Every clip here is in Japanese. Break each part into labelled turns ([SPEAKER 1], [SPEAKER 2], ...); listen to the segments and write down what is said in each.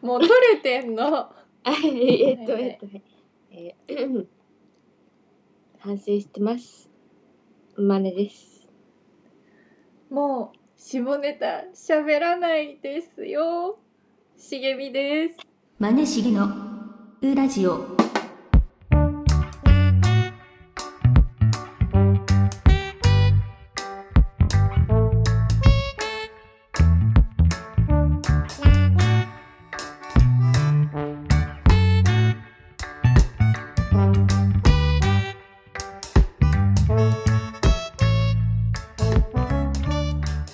[SPEAKER 1] もう取れてんの。
[SPEAKER 2] えっとえっとえー反省してます真似です
[SPEAKER 1] もう下ネタ喋らないですよ。茂みです。
[SPEAKER 3] マネしげのウラジオ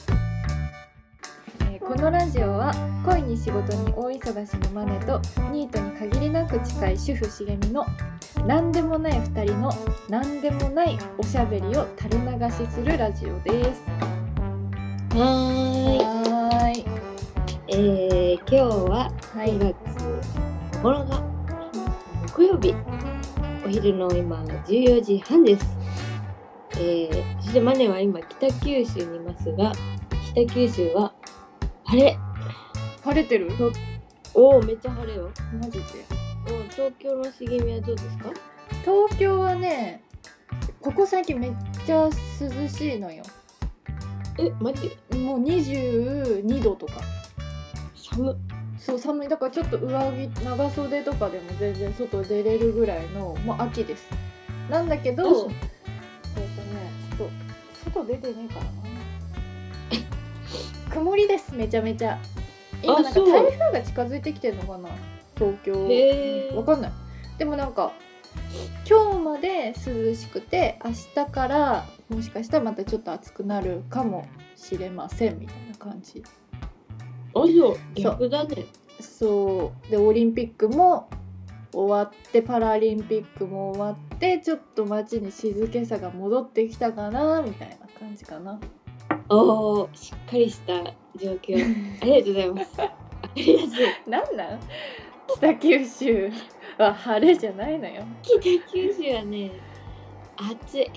[SPEAKER 1] えーこのラジオは恋に仕事に大忙しのマネとニートに限りなく近い主婦茂みの何でもない2人の何でもないおしゃべりを垂れ流しするラジオです。
[SPEAKER 2] は
[SPEAKER 1] はーい。
[SPEAKER 2] ーいえー、今日は
[SPEAKER 1] はい
[SPEAKER 2] 9。月9日、木曜日お昼の今14時半ですえー、そしてマネは今北九州にいますが北九州は晴れ
[SPEAKER 1] 晴れてる
[SPEAKER 2] おおめっちゃ晴れよ
[SPEAKER 1] マジで。
[SPEAKER 2] おー東京の茂みはどうですか
[SPEAKER 1] 東京はね、ここ最近めっちゃ涼しいのよ。
[SPEAKER 2] え待って
[SPEAKER 1] もう22度とか。
[SPEAKER 2] 寒っ
[SPEAKER 1] そう寒いだからちょっと上着長袖とかでも全然外出れるぐらいのもう秋ですなんだけどえっ
[SPEAKER 2] どう
[SPEAKER 1] とねちょっと外出てねえからな曇りですめちゃめちゃ今
[SPEAKER 2] あ
[SPEAKER 1] なんか
[SPEAKER 2] そう
[SPEAKER 1] 台風が近づいてきてるのかな東京
[SPEAKER 2] へえ
[SPEAKER 1] わかんないでもなんか今日まで涼しくて明日からもしかしたらまたちょっと暑くなるかもしれませんみたいな感じ
[SPEAKER 2] あそう逆だね
[SPEAKER 1] そうでオリンピックも終わってパラリンピックも終わってちょっと街に静けさが戻ってきたかなみたいな感じかな。
[SPEAKER 2] おおしっかりした状況 ありがとうございますありがとうございます
[SPEAKER 1] なんなん北九州は晴れじゃないのよ。
[SPEAKER 2] 北九州はね暑い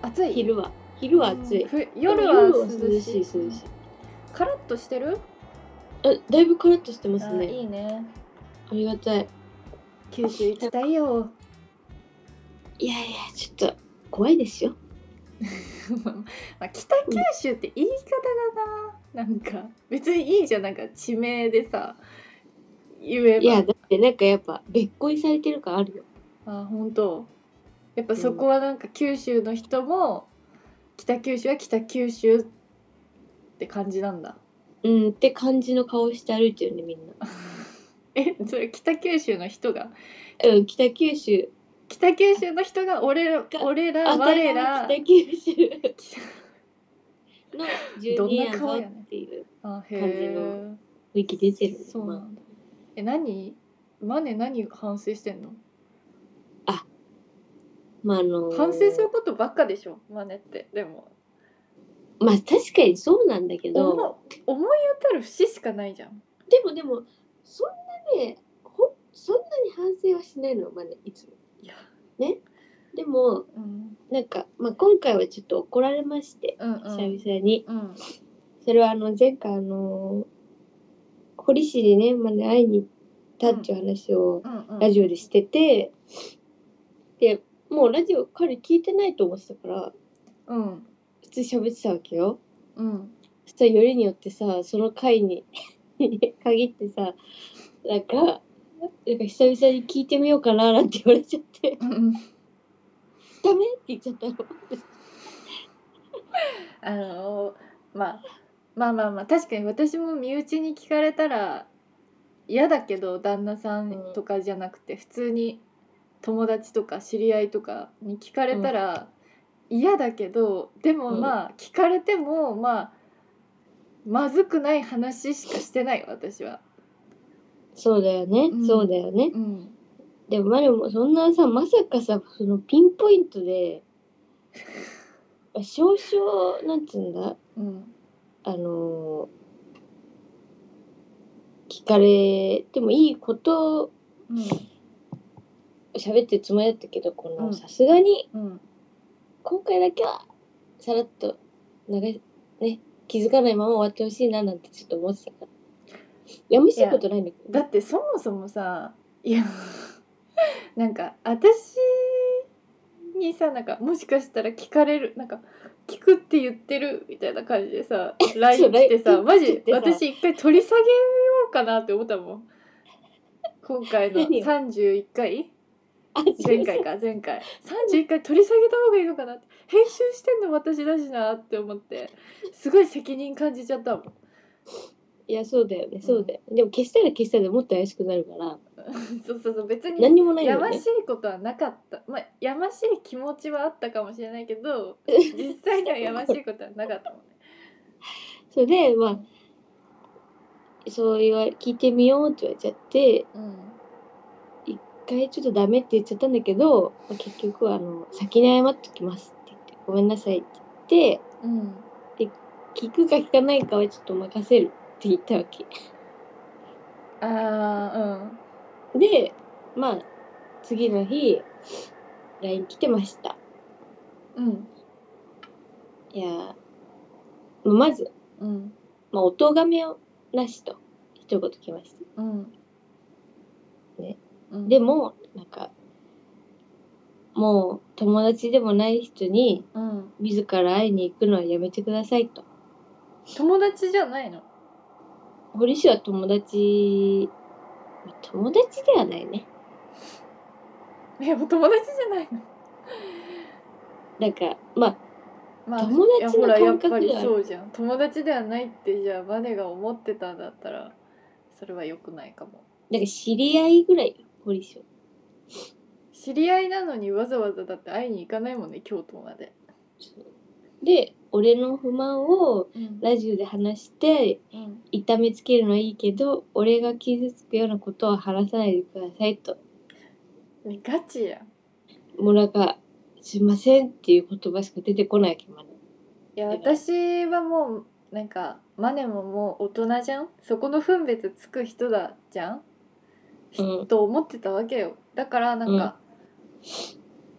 [SPEAKER 1] 暑い
[SPEAKER 2] 昼は昼は暑い、
[SPEAKER 1] うんふ夜は
[SPEAKER 2] でも
[SPEAKER 1] 涼しい
[SPEAKER 2] 涼しい涼しい
[SPEAKER 1] カラッとしてる
[SPEAKER 2] あだいぶカラッとしてます
[SPEAKER 1] あ
[SPEAKER 2] ね
[SPEAKER 1] いいね。
[SPEAKER 2] ありがたい
[SPEAKER 1] 九州行きたいよ。
[SPEAKER 2] いやいやちょっと怖いですよ
[SPEAKER 1] まあ、北九州って言い方だななんか別にいいじゃんなんか地名でさ言えば
[SPEAKER 2] いやだってなんかやっぱ別個にされてる感あるよ
[SPEAKER 1] あ本当やっぱそこはなんか九州の人も北九州は北九州って感じなんだ
[SPEAKER 2] うんって感じの顔して歩いてるねみん な
[SPEAKER 1] えそれ北九州の人が
[SPEAKER 2] うん北九州
[SPEAKER 1] 北九州の人が俺ら俺ら
[SPEAKER 2] あ
[SPEAKER 1] 我ら
[SPEAKER 2] 北九州の住
[SPEAKER 1] どん
[SPEAKER 2] 人
[SPEAKER 1] な
[SPEAKER 2] や
[SPEAKER 1] 顔
[SPEAKER 2] ぞ
[SPEAKER 1] やねん
[SPEAKER 2] っていう
[SPEAKER 1] あ
[SPEAKER 2] 感じ
[SPEAKER 1] へ
[SPEAKER 2] の
[SPEAKER 1] え
[SPEAKER 2] 雰囲気出てるね
[SPEAKER 1] そうな
[SPEAKER 2] ま
[SPEAKER 1] んだえ何マネ何反省してんの
[SPEAKER 2] あ、まああのー
[SPEAKER 1] 反省することばっかでしょマネってでも
[SPEAKER 2] まあ確かにそうなんだけ
[SPEAKER 1] 思
[SPEAKER 2] ど
[SPEAKER 1] う思い当たる節しかないじゃん
[SPEAKER 2] でもでもそんなねほそんなに反省はしないのまだいつも
[SPEAKER 1] いや
[SPEAKER 2] でも
[SPEAKER 1] うん
[SPEAKER 2] なんか、まあ、今回はちょっと怒られまして
[SPEAKER 1] うんう
[SPEAKER 2] 久
[SPEAKER 1] ん
[SPEAKER 2] 々に、
[SPEAKER 1] うん
[SPEAKER 2] それはあの前回あのー堀市にねまで会いに行ったっていう話を
[SPEAKER 1] うんうん
[SPEAKER 2] ラジオでしてて、でもうラジオ彼聞いてないと思ってたから
[SPEAKER 1] うん
[SPEAKER 2] 普通に喋ってたわけよ
[SPEAKER 1] うん
[SPEAKER 2] そしたらよりによってさその回に 限ってさなんかなんか久々に聞いてみようかななんて言われちゃって
[SPEAKER 1] うんうん
[SPEAKER 2] 「ダメ?」って言っちゃったの。
[SPEAKER 1] あのまあ、まあまあまあ確かに私も身内に聞かれたら嫌だけど旦那さんとかじゃなくて普通に友達とか知り合いとかに聞かれたら嫌だけどでもまあ聞かれてもまあまずくない話しかしてない私は。
[SPEAKER 2] そうだよね、
[SPEAKER 1] うん
[SPEAKER 2] そうだよね。
[SPEAKER 1] うん、
[SPEAKER 2] でもまあでもそんなさまさかさそのピンポイント で少々なんつうんだ
[SPEAKER 1] うん、
[SPEAKER 2] あの聞かれてもいいことを
[SPEAKER 1] うん、
[SPEAKER 2] 喋ってるつもりだったけどこ
[SPEAKER 1] う
[SPEAKER 2] の
[SPEAKER 1] ん
[SPEAKER 2] さすがに
[SPEAKER 1] うん、
[SPEAKER 2] 今回だけはさらっと流しね気づかないまま終わってほしいななんてちょっと思ってたからやむしいことないんだけど
[SPEAKER 1] だ
[SPEAKER 2] ね
[SPEAKER 1] ってそもそもさいやなんか私にさなんかもしかしたら聞かれるなんか聞くって言ってるみたいな感じでさ LINE 来て
[SPEAKER 2] LINE
[SPEAKER 1] さマ
[SPEAKER 2] 来
[SPEAKER 1] ジ
[SPEAKER 2] てさ
[SPEAKER 1] 私一回取り下げようかなって思ったもん今回の
[SPEAKER 2] 何を
[SPEAKER 1] 31回
[SPEAKER 2] あ
[SPEAKER 1] 前回 か前回31回取り下げた方がいいのかなって編集してんの私だしなって思ってすごい責任感じちゃったもん
[SPEAKER 2] いやそうだよねそうだよ、でも消したら消したでもっと怪しくなるから
[SPEAKER 1] そうそうそう別に
[SPEAKER 2] 何にもない
[SPEAKER 1] や
[SPEAKER 2] よ
[SPEAKER 1] ま
[SPEAKER 2] ね
[SPEAKER 1] しいことはなかった、まあ、やましい気持ちはあったかもしれないけど実際にはやましいことはなかったもんね。
[SPEAKER 2] それでまあそう言わ聞いてみようって言われちゃって
[SPEAKER 1] うん
[SPEAKER 2] 一回ちょっとダメって言っちゃったんだけど、まあ、結局はあの先に謝っときますって言ってごめんなさいって言って
[SPEAKER 1] うん、
[SPEAKER 2] 聞くか聞かないかはちょっと任せるって言ったわけ
[SPEAKER 1] あ
[SPEAKER 2] でまあ次の日 LINE 来てました
[SPEAKER 1] ーうんうん
[SPEAKER 2] いやーまず、
[SPEAKER 1] うん
[SPEAKER 2] まあ、お咎めをなしと一言来ました
[SPEAKER 1] うん
[SPEAKER 2] ね
[SPEAKER 1] うん
[SPEAKER 2] でもなんかもう友達でもない人に
[SPEAKER 1] うん、
[SPEAKER 2] 自ら会いに行くのはやめてくださいと
[SPEAKER 1] 友達じゃないの
[SPEAKER 2] 堀氏は友達まあ友達ではないね
[SPEAKER 1] いやもう友達じゃないの、
[SPEAKER 2] なんかまあ
[SPEAKER 1] ま
[SPEAKER 2] 友達の
[SPEAKER 1] いやほらやっ
[SPEAKER 2] 感
[SPEAKER 1] ぱ
[SPEAKER 2] 覚
[SPEAKER 1] り
[SPEAKER 2] ではある
[SPEAKER 1] そうじゃん友達ではないってじゃあバネが思ってたんだったらそれは良くないかも
[SPEAKER 2] なんか知り合いぐらいよ堀氏は
[SPEAKER 1] 知り合いなのにわざわざだって会いに行かないもんね京都まで、
[SPEAKER 2] で俺の不満を
[SPEAKER 1] うん
[SPEAKER 2] ラジオで話して
[SPEAKER 1] うん、
[SPEAKER 2] 痛めつけるのはいいけど俺が傷つくようなことは話さないでくださいと
[SPEAKER 1] ガチやん
[SPEAKER 2] もうなんか「すいません」っていう言葉しか出てこないわけまだ
[SPEAKER 1] いや
[SPEAKER 2] だから
[SPEAKER 1] 私はもうなんかマネももう大人じゃんそこの分別つく人だじゃん、
[SPEAKER 2] うん
[SPEAKER 1] と思ってたわけよだからなんか、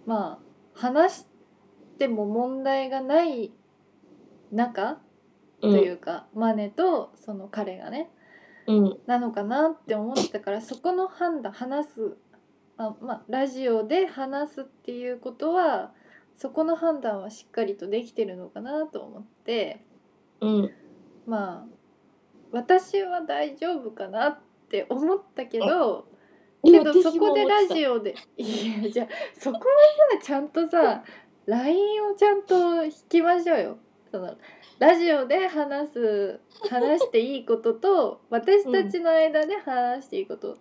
[SPEAKER 1] まあ話しても問題がない中
[SPEAKER 2] う
[SPEAKER 1] とい
[SPEAKER 2] ん
[SPEAKER 1] うか、マネとその彼がね
[SPEAKER 2] うん
[SPEAKER 1] なのかなって思ってたからそこの判断話すあまあラジオで話すっていうことはそこの判断はしっかりとできてるのかなと思って。
[SPEAKER 2] うん
[SPEAKER 1] まあ私は大丈夫かなって思ったけど
[SPEAKER 2] で
[SPEAKER 1] け
[SPEAKER 2] も
[SPEAKER 1] ど
[SPEAKER 2] 私
[SPEAKER 1] そ
[SPEAKER 2] も
[SPEAKER 1] こで
[SPEAKER 2] 思って
[SPEAKER 1] ラ
[SPEAKER 2] た
[SPEAKER 1] ジオでいやじゃあそこはさちゃんとさ LINE をちゃんと引きましょうよ。そのラジオで話す話していいことと私たちの間で話していいこと、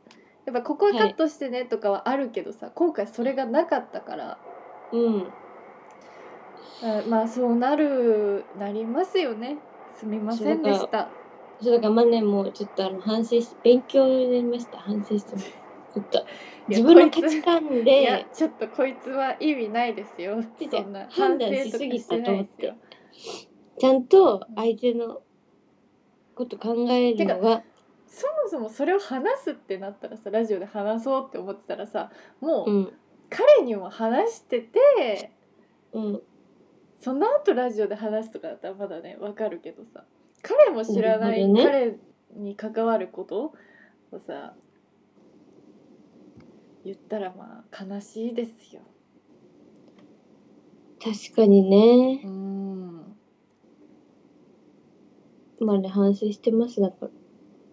[SPEAKER 1] やっぱここはカットしてねとかはあるけどさ、今回それがなかったから
[SPEAKER 2] うん
[SPEAKER 1] あまあそうなるなりますよねすみませんで
[SPEAKER 2] そ
[SPEAKER 1] し
[SPEAKER 2] う
[SPEAKER 1] た。
[SPEAKER 2] そうだからマネもちょっとあの反省し勉強になりました反省してますちょっと
[SPEAKER 1] いや
[SPEAKER 2] 自分の
[SPEAKER 1] こいつ
[SPEAKER 2] 価値観
[SPEAKER 1] いや
[SPEAKER 2] で
[SPEAKER 1] ちょっとこいつは意味ないですよ
[SPEAKER 2] てて
[SPEAKER 1] そんな反
[SPEAKER 2] 判
[SPEAKER 1] 省
[SPEAKER 2] 断
[SPEAKER 1] とか
[SPEAKER 2] しすぎ
[SPEAKER 1] したて
[SPEAKER 2] と
[SPEAKER 1] な
[SPEAKER 2] 思っ
[SPEAKER 1] いです
[SPEAKER 2] て
[SPEAKER 1] よ
[SPEAKER 2] ちゃんと相手のこと考えるのが
[SPEAKER 1] そもそもそれを話すってなったらさラジオで話そうって思ってたらさも
[SPEAKER 2] う
[SPEAKER 1] うん彼にも話してて、
[SPEAKER 2] うん
[SPEAKER 1] その後ラジオで話すとかだったらまだねわかるけどさ彼も知らない、
[SPEAKER 2] なるほど
[SPEAKER 1] 彼に関わることをさ言ったらまあ悲しいですよ。
[SPEAKER 2] 確かにね
[SPEAKER 1] うん
[SPEAKER 2] まあね反省してますだから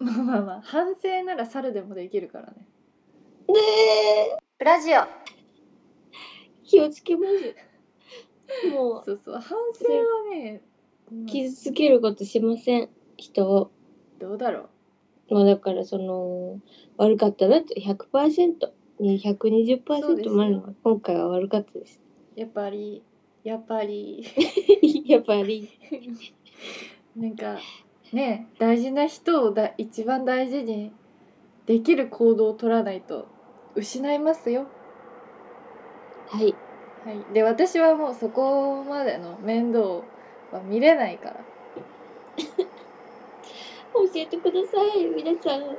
[SPEAKER 1] まあまあまあ反省なら猿でもできるからね。
[SPEAKER 2] ねえ
[SPEAKER 1] ブラジオ
[SPEAKER 2] 気をつけます も
[SPEAKER 1] そうそう反省はね、
[SPEAKER 2] う
[SPEAKER 1] き
[SPEAKER 2] 傷つけることしません人を
[SPEAKER 1] どうだろ
[SPEAKER 2] まあだからその悪かったなって100%
[SPEAKER 1] そうで
[SPEAKER 2] に
[SPEAKER 1] す
[SPEAKER 2] 120%
[SPEAKER 1] よ
[SPEAKER 2] もあるのが今回は悪かったです。
[SPEAKER 1] うやっぱりやっぱり
[SPEAKER 2] やっぱり
[SPEAKER 1] なんかね大事な人をだ一番大事にできる行動を取らないと失いますよ。
[SPEAKER 2] はい
[SPEAKER 1] はい、で私はもうそこまでの面倒は見れないから
[SPEAKER 2] 教えてください皆さん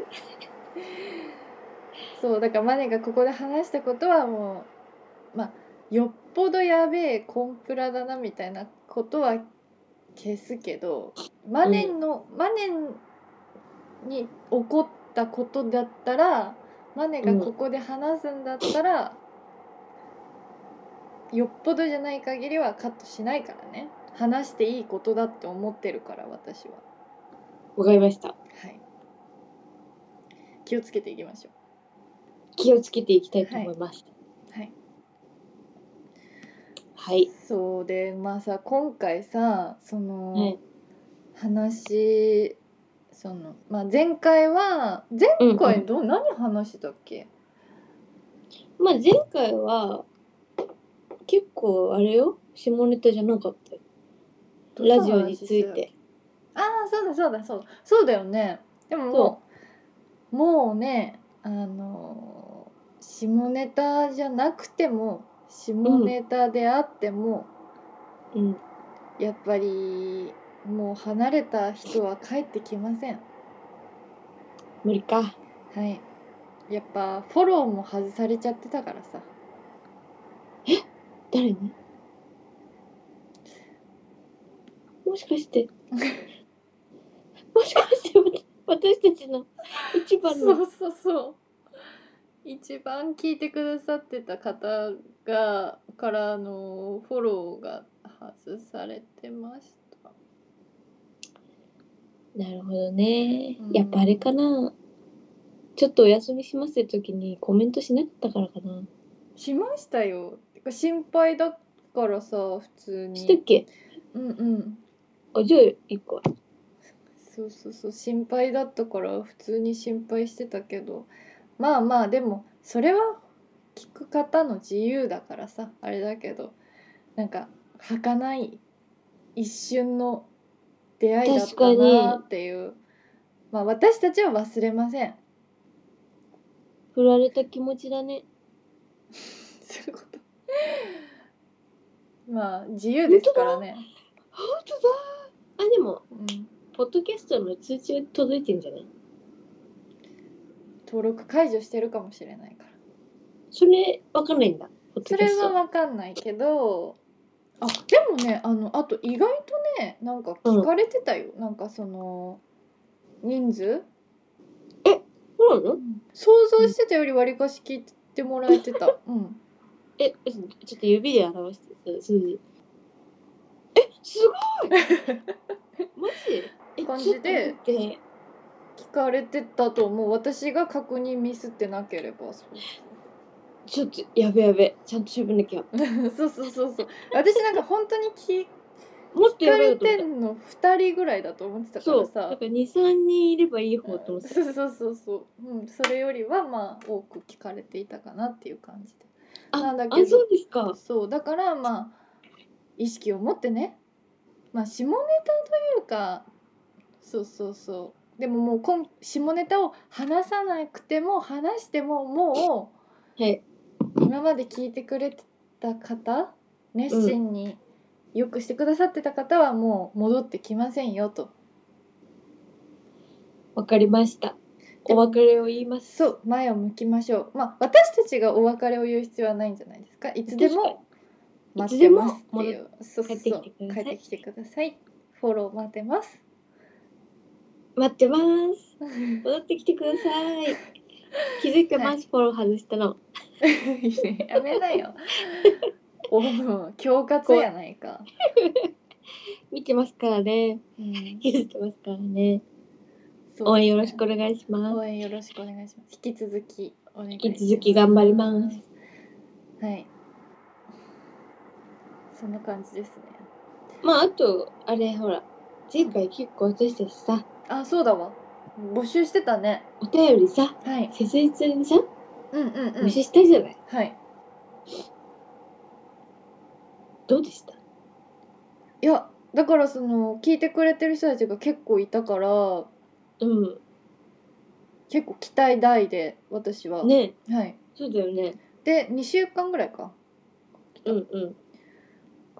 [SPEAKER 1] そうだからマネがここで話したことはもうまあよっぽどやべえコンプラだなみたいなことは消すけどマネの、マネに起こったことだったらマネがここで話すんだったら、よっぽどじゃない限りはカットしないからね話していいことだって思ってるから私は
[SPEAKER 2] わかりました。
[SPEAKER 1] はい気をつけていきましょ
[SPEAKER 2] 気をつけていきたいと思います。
[SPEAKER 1] うはい
[SPEAKER 2] はい。
[SPEAKER 1] そうでまあさ今回さその、
[SPEAKER 2] はい。
[SPEAKER 1] 話その、まあ、前回は前回ど、う何話してたっけ
[SPEAKER 2] まあ前回は、結構あれよ、下ネタじゃなかったよ。
[SPEAKER 1] どんな
[SPEAKER 2] ラ
[SPEAKER 1] 話
[SPEAKER 2] ジオについて。
[SPEAKER 1] ああそうだそうだそうだそうだよねでももうもうねあのー下ネタじゃなくても下ネタであっても、
[SPEAKER 2] うん。
[SPEAKER 1] やっぱりもう離れた人は帰ってきません
[SPEAKER 2] 無理か。
[SPEAKER 1] はいやっぱフォローも外されちゃってたからさ
[SPEAKER 2] 誰にもしか して。もしかしてわた、私たちの一番
[SPEAKER 1] そ
[SPEAKER 2] の。
[SPEAKER 1] うそうそう一番聞いてくださってた方がからのフォローが外されてました
[SPEAKER 2] なるほどね
[SPEAKER 1] うん。
[SPEAKER 2] やっぱあれかな。ちょっとお休みしますって時にコメントしなかったからかな。
[SPEAKER 1] しましたよてか心配だからさ普通に
[SPEAKER 2] したっけ
[SPEAKER 1] うんうん
[SPEAKER 2] あ、じゃあ一個は。
[SPEAKER 1] そうそうそう心配だったから普通に心配してたけどまあまあでもそれは聞く方の自由だからさあれだけどなんか儚い一瞬の出会いだっ
[SPEAKER 2] 確か
[SPEAKER 1] た
[SPEAKER 2] に
[SPEAKER 1] なっていうまあ私たちは忘れません
[SPEAKER 2] 振られた気持ちだね。
[SPEAKER 1] そういうことまあ自由ですからね、
[SPEAKER 2] 本当だあ、でも、
[SPEAKER 1] うん、
[SPEAKER 2] ポッドキャストの通知が届いてんじゃない
[SPEAKER 1] 登録解除してるかもしれないから
[SPEAKER 2] それ、わかんないんだ。ポッ
[SPEAKER 1] そ
[SPEAKER 2] ドキ
[SPEAKER 1] れ
[SPEAKER 2] ャスト
[SPEAKER 1] はわかんないけどあでもねあのあと意外とねなんか聞かれてたよ、なんかその人数、
[SPEAKER 2] そうなの
[SPEAKER 1] 想像してたよりわりかし聞いてもらえて た、うん、
[SPEAKER 2] え、ちょっと指で表して、数字。え、す ごいマジえ
[SPEAKER 1] 感じで。
[SPEAKER 2] ちょっと待って
[SPEAKER 1] 聞かれてたと思う私が確認ミスってなければ そう
[SPEAKER 2] ちょっと、やべやべ。ちゃんと喋んなきゃ。
[SPEAKER 1] そうそうそうそう私なんか本当に聞
[SPEAKER 2] もっと
[SPEAKER 1] 聞か
[SPEAKER 2] やべえ
[SPEAKER 1] れて
[SPEAKER 2] と思っ
[SPEAKER 1] んの2人ぐらいだと思って
[SPEAKER 2] た。
[SPEAKER 1] たか
[SPEAKER 2] そ
[SPEAKER 1] ら
[SPEAKER 2] う。だ
[SPEAKER 1] さ
[SPEAKER 2] から2、3人いればいい
[SPEAKER 1] そ
[SPEAKER 2] 方と思ってた。
[SPEAKER 1] うそうそうそう、うん、それよりはまあ多く聞かれていたかなっていう感じでな
[SPEAKER 2] あ
[SPEAKER 1] んだけ
[SPEAKER 2] あ、
[SPEAKER 1] ど
[SPEAKER 2] そうですか。
[SPEAKER 1] そうだからまあ意識を持ってねまあ下ネタというかそうそうそうでももうこん下ネタを話さなくても話してもも
[SPEAKER 2] はい。
[SPEAKER 1] う今まで聞いてくれてた方熱心によくしてくださってた方はもう戻ってきませんよと。
[SPEAKER 2] わかりました。お別れを言います。
[SPEAKER 1] そう前を向きましょうまあ私たちがお別れを言う必要はないんじゃないですかいつでも待ってますっていう。そうそうそう
[SPEAKER 2] 帰ってきてくだ
[SPEAKER 1] 帰
[SPEAKER 2] さ
[SPEAKER 1] って
[SPEAKER 2] い
[SPEAKER 1] きてください。フォロー待ってます。
[SPEAKER 2] 待ってます。戻ってきてくださ い。気づいてます、
[SPEAKER 1] は
[SPEAKER 2] フォロー外したの。
[SPEAKER 1] やめなよ。おう恐喝やないか。
[SPEAKER 2] 見てますからね。
[SPEAKER 1] うん
[SPEAKER 2] 気づいてますからね。
[SPEAKER 1] そうですね
[SPEAKER 2] 応援よろしくお願いしま
[SPEAKER 1] 応援よろしくお願いします。引き続きお願いします
[SPEAKER 2] 引き続き頑張ります。
[SPEAKER 1] はい。そんな感じですね。
[SPEAKER 2] す。まああとあれほら前回結構私たちさ
[SPEAKER 1] あ、そうだわ。募集してたね。
[SPEAKER 2] お便りさ
[SPEAKER 1] はい。
[SPEAKER 2] 切実にさ
[SPEAKER 1] うんうんう
[SPEAKER 2] 無
[SPEAKER 1] ん。
[SPEAKER 2] 視したじゃない。
[SPEAKER 1] はい。
[SPEAKER 2] どうでした？
[SPEAKER 1] いや、だからその聞いてくれてる人たちが結構いたから、
[SPEAKER 2] う
[SPEAKER 1] 結構期待大で私は。
[SPEAKER 2] んね
[SPEAKER 1] はい。
[SPEAKER 2] そうだよね。
[SPEAKER 1] で、2週間ぐらいか。
[SPEAKER 2] うんう
[SPEAKER 1] だ
[SPEAKER 2] ん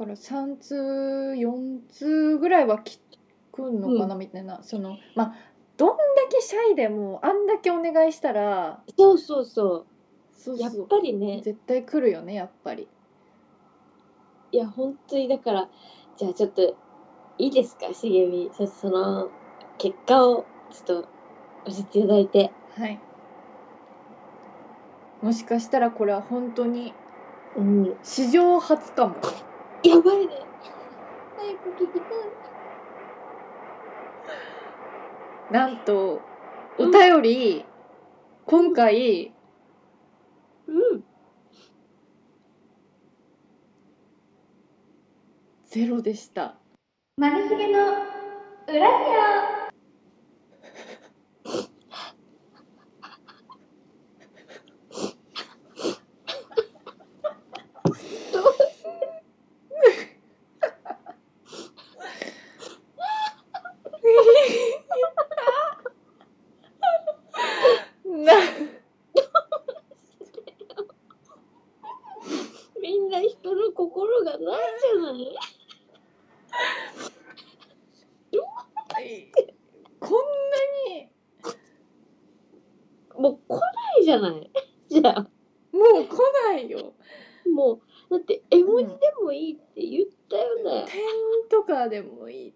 [SPEAKER 1] から3通4通ぐらいはきくんのかなみたいな、そのまあどんだけシャイでもあんだけお願いしたら
[SPEAKER 2] そうそうそ
[SPEAKER 1] そうう
[SPEAKER 2] やっ
[SPEAKER 1] そう
[SPEAKER 2] ぱりね
[SPEAKER 1] 絶対来るよねやっぱり
[SPEAKER 2] いや本当にだからじゃあちょっといいですかしげみそその結果をちょっと教えていただいて、
[SPEAKER 1] はいもしかしたらこれは本当に
[SPEAKER 2] うん、
[SPEAKER 1] 史上初かも
[SPEAKER 2] やばいね。早く聞きたい。
[SPEAKER 1] なんとお便り今回
[SPEAKER 2] うん。
[SPEAKER 1] ゼロでした
[SPEAKER 3] マネしげの裏ジ
[SPEAKER 1] な
[SPEAKER 2] みんな人の心がないじゃない。
[SPEAKER 1] こんなに
[SPEAKER 2] もう来ないじゃない。じゃあ、
[SPEAKER 1] もう来ないよ
[SPEAKER 2] もう、だって絵文字でもいいって言ったよね。
[SPEAKER 1] 点とかでもいい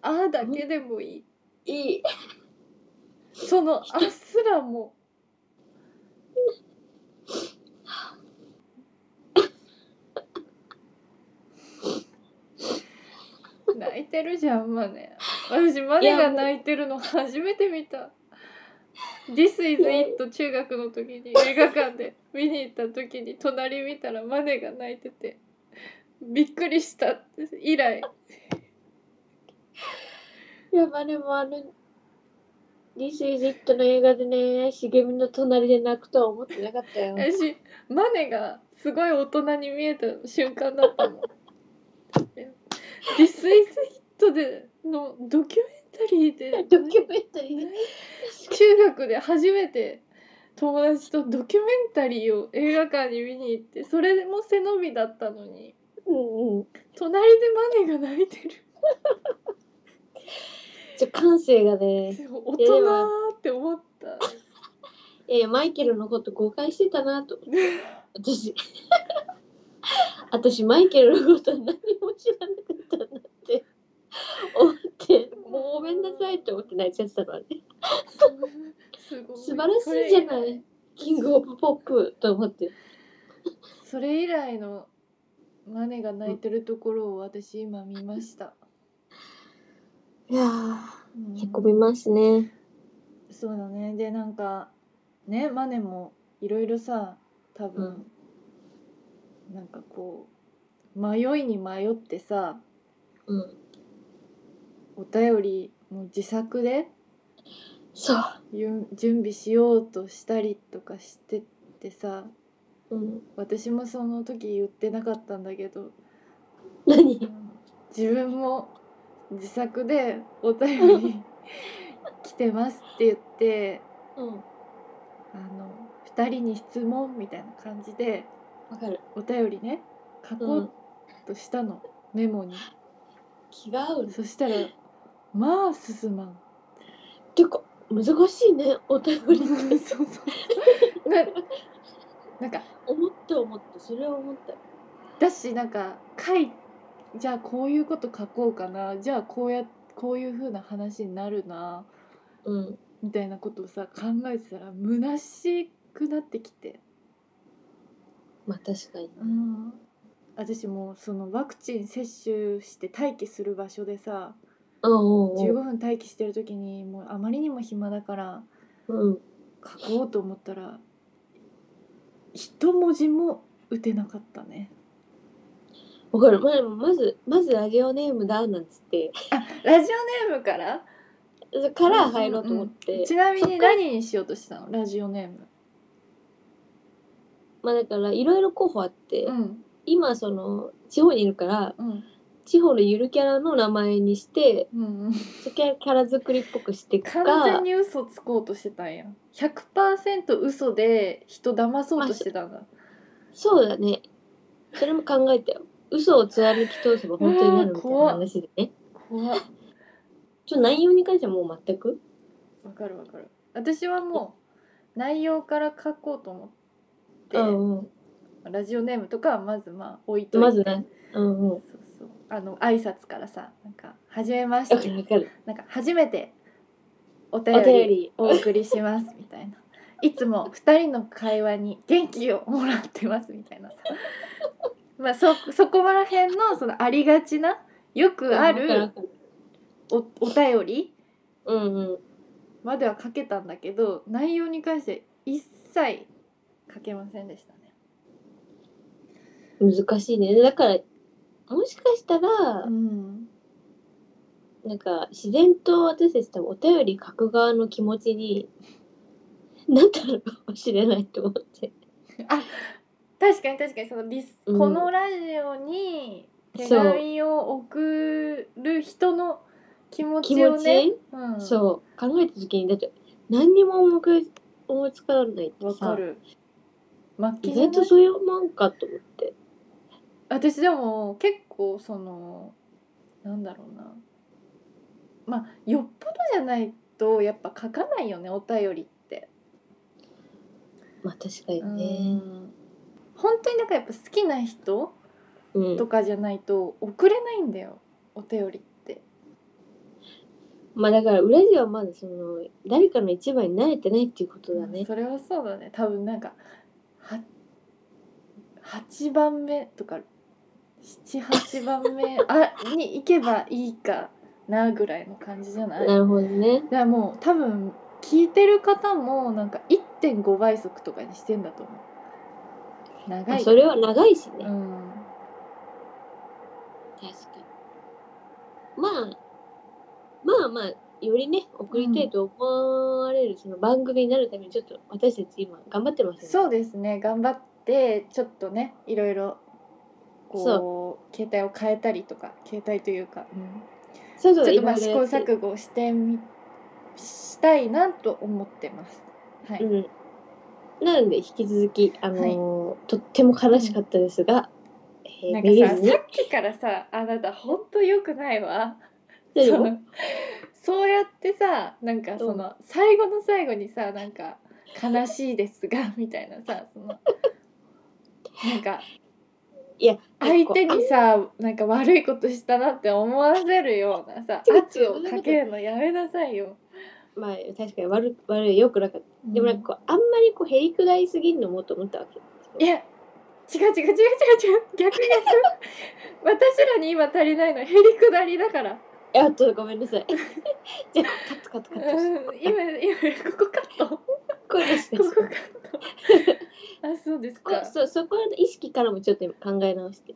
[SPEAKER 1] あーだけでもいい
[SPEAKER 2] いい。
[SPEAKER 1] そのあすらも泣いてるじゃんマネ私マネが泣いてるの初めて見た「This is it」中学の時に映画館で見に行った時に隣見たらマネが泣いててびっくりしたって以来
[SPEAKER 2] いや、まあでもあの、This is It の映画でね、茂みの隣で泣くとは思ってなかったよ。
[SPEAKER 1] 私マネがすごい大人に見えた瞬間だったもん「This is It」でのドキュメンタリーで
[SPEAKER 2] ドキュメンタリーね。
[SPEAKER 1] 中学で初めて友達とドキュメンタリーを映画館に見に行ってそれも背伸びだったのに
[SPEAKER 2] うんうん。
[SPEAKER 1] 隣でマネが泣いてる
[SPEAKER 2] ちょ、感性がね、
[SPEAKER 1] 大人って思った
[SPEAKER 2] いやいや、マイケルのこと誤解してたなと思って。私、 私、マイケルのことは何も知らなかったんだって思って、もうごめんなさいって思って泣いちゃってたからね。
[SPEAKER 1] すごい
[SPEAKER 2] 素晴らしいじゃな
[SPEAKER 1] それ以
[SPEAKER 2] い
[SPEAKER 1] 来。
[SPEAKER 2] キングオブポップと思って。
[SPEAKER 1] それ以来のマネが泣いてるところを私今見ました
[SPEAKER 2] いやー、
[SPEAKER 1] うん
[SPEAKER 2] へこみますね。
[SPEAKER 1] そうだねでなんかねマネもいろいろさ多分、なんかこう迷いに迷ってさ
[SPEAKER 2] うん。
[SPEAKER 1] お便りも自作で
[SPEAKER 2] そう。
[SPEAKER 1] ゆ準備しようとしたりとかしてってさ
[SPEAKER 2] うん。
[SPEAKER 1] 私もその時言ってなかったんだけど
[SPEAKER 2] 何
[SPEAKER 1] 自分も自作でお便り来てますって言って
[SPEAKER 2] うん。わ
[SPEAKER 1] あの2人に質問みたいな感じで
[SPEAKER 2] かる。
[SPEAKER 1] お便りね書こうとしたの、メモに
[SPEAKER 2] 気が合うね。
[SPEAKER 1] そしたらまあ進まん
[SPEAKER 2] てか、難しいね、お便
[SPEAKER 1] そう
[SPEAKER 2] りって。
[SPEAKER 1] そうそうななんか
[SPEAKER 2] 思った思った、それは思った。
[SPEAKER 1] だしなんか書いじゃあこういうこと書こうかなじゃあこうやこういう風な話になるな
[SPEAKER 2] うん。
[SPEAKER 1] みたいなことをさ考えてたら虚しくなってきて、
[SPEAKER 2] まあ確かに。
[SPEAKER 1] うん、私もうそのワクチン接種して待機する場所でさ
[SPEAKER 2] うん
[SPEAKER 1] 15分待機してる時にもうあまりにも暇だから
[SPEAKER 2] うん。うん。
[SPEAKER 1] 書こうと思ったら一文字も打てなかったね
[SPEAKER 2] わかる。まあでもまず、まずラジオネームだ、なんつって。
[SPEAKER 1] あラジオネームから
[SPEAKER 2] から入ろうと思っ
[SPEAKER 1] うんうん
[SPEAKER 2] て。
[SPEAKER 1] ちなみに何にしようとしたのラジオネーム
[SPEAKER 2] まあだから、いろいろ候補あって
[SPEAKER 1] う、ん
[SPEAKER 2] 今その、地方にいるから、
[SPEAKER 1] うん
[SPEAKER 2] 地方のゆるキャラの名前にして、
[SPEAKER 1] うんうん
[SPEAKER 2] そっからキャラ作りっぽくしていくか、
[SPEAKER 1] 完全に嘘つこうとしてたんや100%嘘で人騙そうとしてたんだ
[SPEAKER 2] そうだね。それも考えたよ。嘘を貫き通せば本当になるみたいな話でね。
[SPEAKER 1] 怖っ
[SPEAKER 2] ちょっと内容に関してはもう全く。
[SPEAKER 1] わかるわかる私はもう内容から書こうと思って、
[SPEAKER 2] うんうん。
[SPEAKER 1] ラジオネームとかはまずまあ置いといて
[SPEAKER 2] まずね。うんうん。
[SPEAKER 1] そうそうあの挨拶からさなんか「はじめまし
[SPEAKER 2] わかる
[SPEAKER 1] て
[SPEAKER 2] わかる。」
[SPEAKER 1] なんか「初めてお
[SPEAKER 2] お
[SPEAKER 1] 便
[SPEAKER 2] 便
[SPEAKER 1] り
[SPEAKER 2] り
[SPEAKER 1] お送りしますみたいな。いつも2人の会話に元気をもらってますみたいなさ。まあそそこら辺のそのありがちなよくあるおお便り
[SPEAKER 2] うんうん
[SPEAKER 1] までは書けたんだけど内容に関して一切書けませんでしたね。
[SPEAKER 2] 難しいねだからもしかしたら、
[SPEAKER 1] うん、
[SPEAKER 2] なんか自然と私たち多分お便り書く側の気持ちに なったのかもしれないと思って
[SPEAKER 1] 確かに確かにそのリス、
[SPEAKER 2] うん
[SPEAKER 1] このラジオに手
[SPEAKER 2] そう
[SPEAKER 1] 紙を送る人の気持ちをね
[SPEAKER 2] 気
[SPEAKER 1] う
[SPEAKER 2] 持ち、
[SPEAKER 1] ん、
[SPEAKER 2] そう考えた時にだって何にも思い思いつかないって
[SPEAKER 1] わか
[SPEAKER 2] さ
[SPEAKER 1] る末期
[SPEAKER 2] 意
[SPEAKER 1] じゃ
[SPEAKER 2] 外
[SPEAKER 1] な
[SPEAKER 2] と
[SPEAKER 1] い
[SPEAKER 2] そういうもんかと思って
[SPEAKER 1] 私でも結構そのなんだろうなまあよっぽどじゃないとやっぱ書かないよねお便りって、
[SPEAKER 2] まあ確かに
[SPEAKER 1] うん
[SPEAKER 2] ね
[SPEAKER 1] 本当にだからやっぱ好きな人
[SPEAKER 2] うん、
[SPEAKER 1] とかじゃないと送れないんだよお便りって
[SPEAKER 2] まあだから裏地はまだその誰かの一番に慣れてないっていうことだね
[SPEAKER 1] それはそうだね多分なんかは8番目とか78番目あに行けばいいかなぐらいの感じじゃないだ
[SPEAKER 2] な
[SPEAKER 1] か
[SPEAKER 2] るほどね
[SPEAKER 1] らもう多分聞いてる方もなんか1.5倍速とかにしてんだと思う長
[SPEAKER 2] まあ
[SPEAKER 1] い
[SPEAKER 2] それは長いしね、
[SPEAKER 1] うん
[SPEAKER 2] 確かにまあまあまあよりね送りたいと思われる、その番組になるためにちょっと私たち今頑張ってますよね
[SPEAKER 1] そうですね頑張ってちょっとねいろいろこう携帯を変えたりとか携帯というか、うん、
[SPEAKER 2] そう
[SPEAKER 1] ち
[SPEAKER 2] そう
[SPEAKER 1] ょっとまあ
[SPEAKER 2] い
[SPEAKER 1] 試
[SPEAKER 2] ろ
[SPEAKER 1] 行
[SPEAKER 2] いろやって
[SPEAKER 1] 錯誤してみしたいなと思ってます。はい。
[SPEAKER 2] うんなので引き続きあのーとっても悲しかったですが、えー
[SPEAKER 1] なん
[SPEAKER 2] めげ
[SPEAKER 1] かさ
[SPEAKER 2] ずに
[SPEAKER 1] さっきからさあなた本当良くないわ。
[SPEAKER 2] 大丈
[SPEAKER 1] そ
[SPEAKER 2] 夫
[SPEAKER 1] うそうやってさなんかその最後の最後にさなんか悲しいですが みたいなさそのなんか
[SPEAKER 2] いや
[SPEAKER 1] 相手にさなんか悪いことしたなって思わせるようなさ
[SPEAKER 2] 違う違う
[SPEAKER 1] 圧をかけるのやめなさいよ。
[SPEAKER 2] まあ確かに悪悪いよくなかったでもなんかこうあんまりこうへりくだりすぎるのもと思ったわけ
[SPEAKER 1] いや違う違う違う違う違う逆逆私らに今足りないのはへりくだりだから、
[SPEAKER 2] いやっとごめんなさい じゃあカットカット
[SPEAKER 1] う
[SPEAKER 2] カ
[SPEAKER 1] ん
[SPEAKER 2] ット、
[SPEAKER 1] 今今ここカットここ
[SPEAKER 2] これです
[SPEAKER 1] カットあそうです
[SPEAKER 2] こ
[SPEAKER 1] か
[SPEAKER 2] そうそこの意識からもちょっと今考え直して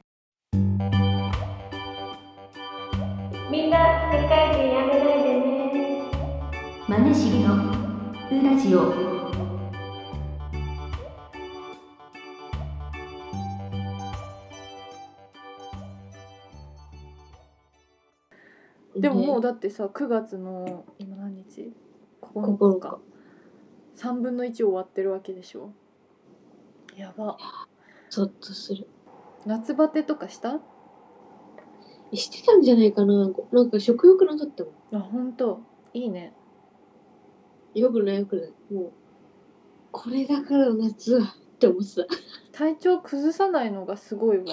[SPEAKER 3] みんな世界人やめないでね
[SPEAKER 4] マネしげのウラジオ
[SPEAKER 1] でももう
[SPEAKER 2] ね
[SPEAKER 1] だってさ9月の今何日
[SPEAKER 2] 9
[SPEAKER 1] 9日か3分の1終わってるわけでしょやば
[SPEAKER 2] ゾッとする
[SPEAKER 1] 夏バテとかしたあ
[SPEAKER 2] してたんじゃないかななんかなんか食欲なかったも
[SPEAKER 1] 本当いいね
[SPEAKER 2] んよくないよくないもうこれだから夏はって思ってた
[SPEAKER 1] 体調崩さないのがすごいわ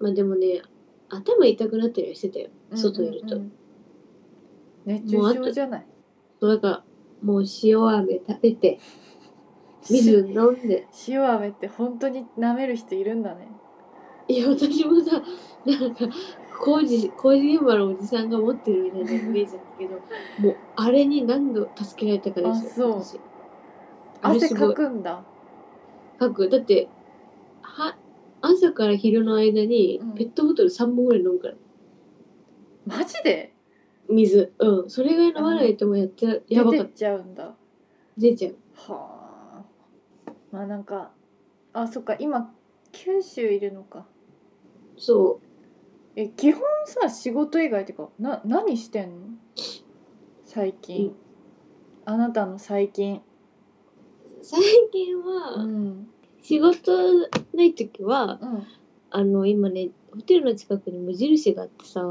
[SPEAKER 2] まあでもね頭痛くなったりはしてたよ外いると
[SPEAKER 1] うんうんうん熱中症じゃない
[SPEAKER 2] そうだからもう塩飴食べて水飲んで
[SPEAKER 1] 塩飴って本当に舐める人いるんだね
[SPEAKER 2] いや私もさなんか工事工事現場のおじさんが持ってるみたいなイメージだけどもうあれに何度助けられたかですよ
[SPEAKER 1] あ
[SPEAKER 2] 私あれ
[SPEAKER 1] 汗
[SPEAKER 2] すご
[SPEAKER 1] か
[SPEAKER 2] い
[SPEAKER 1] くんだ
[SPEAKER 2] 書くだっては朝から昼の間に
[SPEAKER 1] うん
[SPEAKER 2] ペットボトル3本ぐらい飲むから、
[SPEAKER 1] マジで
[SPEAKER 2] 水うんそれぐらい飲まないともうやってらや
[SPEAKER 1] 出
[SPEAKER 2] ば
[SPEAKER 1] て
[SPEAKER 2] かっ
[SPEAKER 1] ったちゃうんだ
[SPEAKER 2] 出ちゃう
[SPEAKER 1] はあまあなんかあそっか今九州いるのか
[SPEAKER 2] そ
[SPEAKER 1] え基本さ仕事以外っていうかな何してんの最近、
[SPEAKER 2] うん
[SPEAKER 1] あなたの最近
[SPEAKER 2] う最近
[SPEAKER 1] う
[SPEAKER 2] は
[SPEAKER 1] ん
[SPEAKER 2] 仕事ない時は
[SPEAKER 1] うん
[SPEAKER 2] あの今ねホテルの近くに無印があってさ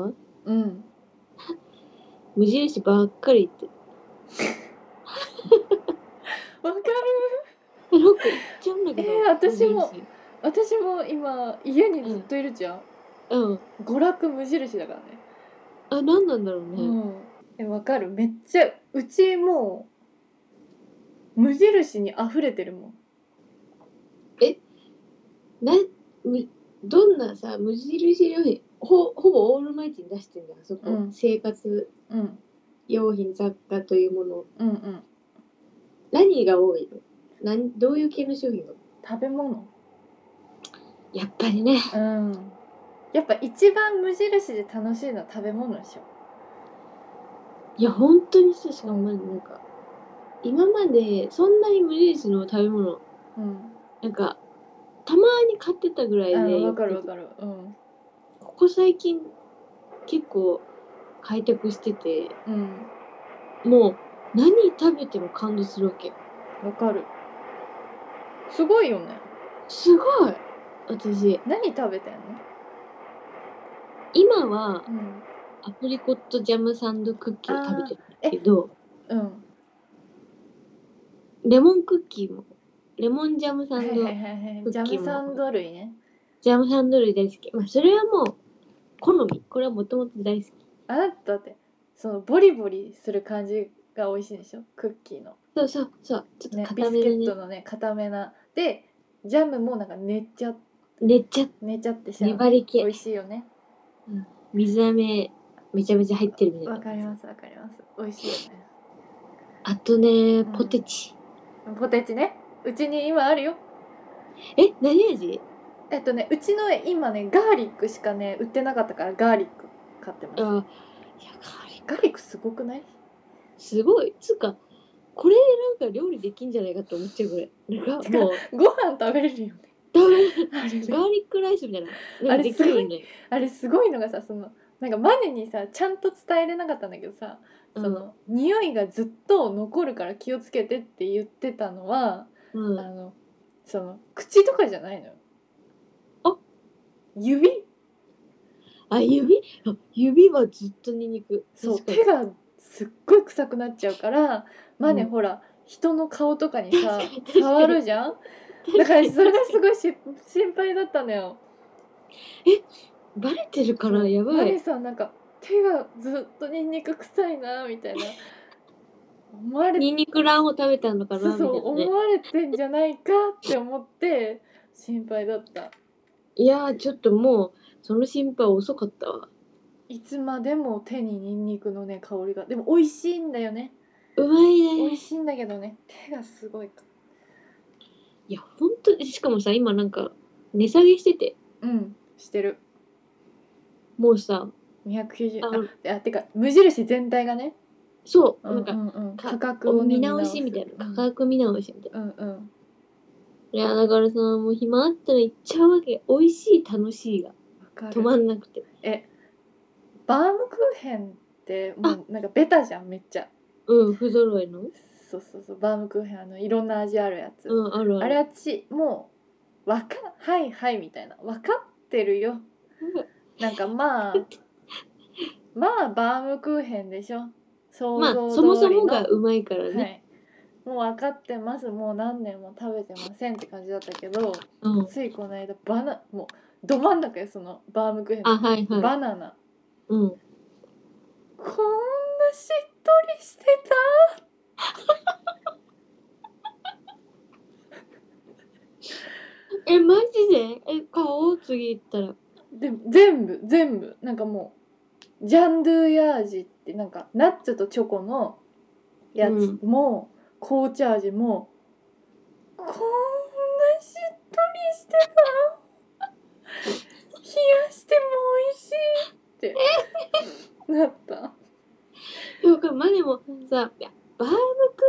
[SPEAKER 1] うん
[SPEAKER 2] 無印ばっかり行って
[SPEAKER 1] わかる
[SPEAKER 2] えなんか行っちゃうんだけど
[SPEAKER 1] えー私も
[SPEAKER 2] 無印
[SPEAKER 1] 私も今家にずっといるじゃん、
[SPEAKER 2] うん
[SPEAKER 1] 娯楽無印だからね
[SPEAKER 2] あ何なんだろうね、
[SPEAKER 1] うん、えわかるめっちゃうちもう無印に溢れてるもん
[SPEAKER 2] なむどんなさ無印良品ほほぼオールマイティに出してんだよあそこ、
[SPEAKER 1] うん
[SPEAKER 2] 生活
[SPEAKER 1] うん
[SPEAKER 2] 用品雑貨というもの
[SPEAKER 1] うんうん
[SPEAKER 2] 何が多いのなんどういう系の商品が
[SPEAKER 1] 食べ物
[SPEAKER 2] やっぱりね
[SPEAKER 1] うんやっぱ一番無印で楽しいのは食べ物でしょ
[SPEAKER 2] いや本当にさしかもまだなんか今までそんなに無印の食べ物
[SPEAKER 1] うん
[SPEAKER 2] なんかたまに買ってたぐらい
[SPEAKER 1] あ
[SPEAKER 2] で、
[SPEAKER 1] わかるわかるうん
[SPEAKER 2] ここ最近結構開拓してて
[SPEAKER 1] うん
[SPEAKER 2] もう何食べても感動するわけ
[SPEAKER 1] わかるすごいよね
[SPEAKER 2] すごい私
[SPEAKER 1] 何食べてんの
[SPEAKER 2] 今は
[SPEAKER 1] うん
[SPEAKER 2] アプリコットジャムサンドクッキーを食べてるけど
[SPEAKER 1] うん
[SPEAKER 2] レモンクッキーもレモンジャムサ
[SPEAKER 1] はい
[SPEAKER 2] ン
[SPEAKER 1] はい
[SPEAKER 2] ド、
[SPEAKER 1] はいはい
[SPEAKER 2] ク
[SPEAKER 1] ジャ
[SPEAKER 2] ッキーも
[SPEAKER 1] ムサンド類ね
[SPEAKER 2] ジャムサンド類大好きまあそれはもう好みこれはもともと大好き
[SPEAKER 1] あなたってそのボリボリする感じが美味しいんでしょクッキーの
[SPEAKER 2] そうそうそうちょっ
[SPEAKER 1] ね
[SPEAKER 2] と
[SPEAKER 1] ビ
[SPEAKER 2] 固
[SPEAKER 1] ス
[SPEAKER 2] め
[SPEAKER 1] ケ
[SPEAKER 2] でね
[SPEAKER 1] ットのね固めなでジャムもなんか寝ちゃ
[SPEAKER 2] 寝ちゃって
[SPEAKER 1] 寝ちゃってしま
[SPEAKER 2] 粘
[SPEAKER 1] う
[SPEAKER 2] り
[SPEAKER 1] 美
[SPEAKER 2] 系
[SPEAKER 1] 味しいよね
[SPEAKER 2] 水飴めちゃめちゃ入ってるみたい
[SPEAKER 1] わ
[SPEAKER 2] な
[SPEAKER 1] かりますわかります美味しいよね
[SPEAKER 2] あとね
[SPEAKER 1] ん
[SPEAKER 2] ポテチ、
[SPEAKER 1] ポテチねうちに今あるよ
[SPEAKER 2] え何味
[SPEAKER 1] えっとねうちの今ねガーリックしかね売ってなかったからガーリック買ってま
[SPEAKER 2] あい
[SPEAKER 1] す
[SPEAKER 2] やガーリック
[SPEAKER 1] ガーリックすごくない
[SPEAKER 2] すごいつうかこれなんか料理できんじゃないかと思っちゃうこれなんかもう
[SPEAKER 1] ご飯食べれるよね
[SPEAKER 2] ダメ
[SPEAKER 1] あれね
[SPEAKER 2] ガーリックライスみたいな。
[SPEAKER 1] あれ
[SPEAKER 2] できるよね。
[SPEAKER 1] あれすごいのがさそのなんかマネにさちゃんと伝えれなかったんだけどさ、
[SPEAKER 2] うん
[SPEAKER 1] その匂いがずっと残るから気をつけてって言ってたのは、
[SPEAKER 2] う
[SPEAKER 1] あ
[SPEAKER 2] ん。
[SPEAKER 1] のその口とかじゃないのよ。
[SPEAKER 2] あ
[SPEAKER 1] 指
[SPEAKER 2] あ、指あ指はずっとニンニク。
[SPEAKER 1] そう
[SPEAKER 2] 確か
[SPEAKER 1] 手がすっごい臭くなっちゃうからマネ、
[SPEAKER 2] うん
[SPEAKER 1] ほら人の顔とかにさ触るじゃんだからそれがすごいし心配だったのよ。
[SPEAKER 2] にバレてるからやば
[SPEAKER 1] マ
[SPEAKER 2] い
[SPEAKER 1] リ。さんなんか手がずっとニンニク臭いなみたいな思われて
[SPEAKER 2] ニンニク卵を食べたのか
[SPEAKER 1] そ
[SPEAKER 2] な
[SPEAKER 1] う
[SPEAKER 2] み
[SPEAKER 1] そう
[SPEAKER 2] たいな
[SPEAKER 1] 思
[SPEAKER 2] ね。
[SPEAKER 1] われてんじゃないかって思って心配だった
[SPEAKER 2] いやーちょっともうその心配遅かったわ。
[SPEAKER 1] いつまでも手にニンニクのね香りがでも美味しいんだよね
[SPEAKER 2] うまい
[SPEAKER 1] 美
[SPEAKER 2] ね
[SPEAKER 1] 味。しいんだけどね手がすごいか
[SPEAKER 2] いや本当にしかもさ今なんか値下げしてて
[SPEAKER 1] うんしてる
[SPEAKER 2] もうさ
[SPEAKER 1] 290
[SPEAKER 2] あの
[SPEAKER 1] ああてか無印全体がね、
[SPEAKER 2] そう、
[SPEAKER 1] うんう
[SPEAKER 2] な
[SPEAKER 1] ん
[SPEAKER 2] か
[SPEAKER 1] んうん、
[SPEAKER 2] か
[SPEAKER 1] 価格をね、
[SPEAKER 2] 見直しみたいな価格見直しみたいな。
[SPEAKER 1] うんうん
[SPEAKER 2] いやだからさもう暇あったら行っちゃうわけ。美味しい楽しいが
[SPEAKER 1] わかる
[SPEAKER 2] 止まんなくて。
[SPEAKER 1] えバームクーヘンってもうなんかベタじゃんめっちゃ
[SPEAKER 2] うん不揃いの。
[SPEAKER 1] そうそうそうバームクーヘンあのいろんな味あるやつ、
[SPEAKER 2] うんあるある。
[SPEAKER 1] あれはちもうわかはいはいみたいな分かってるよなんか まあまあバームクーヘンでしょ想
[SPEAKER 2] まあ
[SPEAKER 1] 像
[SPEAKER 2] そも
[SPEAKER 1] 通
[SPEAKER 2] そ
[SPEAKER 1] りの、
[SPEAKER 2] もがうまいから
[SPEAKER 1] は
[SPEAKER 2] ね、
[SPEAKER 1] いもう分かってますもう何年も食べてませんって感じだったけど
[SPEAKER 2] うん、
[SPEAKER 1] ついこの間バナもうど真ん中よそのバームクーヘンの
[SPEAKER 2] あはいは
[SPEAKER 1] バナナ
[SPEAKER 2] い、うん、
[SPEAKER 1] こんなしっとりしてた
[SPEAKER 2] えマジでえ買おう次行ったら
[SPEAKER 1] で全部全部なんかもうジャンドゥヤージってなんかナッツとチョコのやつも、紅茶味もこんなしっとりしてた 冷やしても美味しいって なった
[SPEAKER 2] よくマネもさいやバーム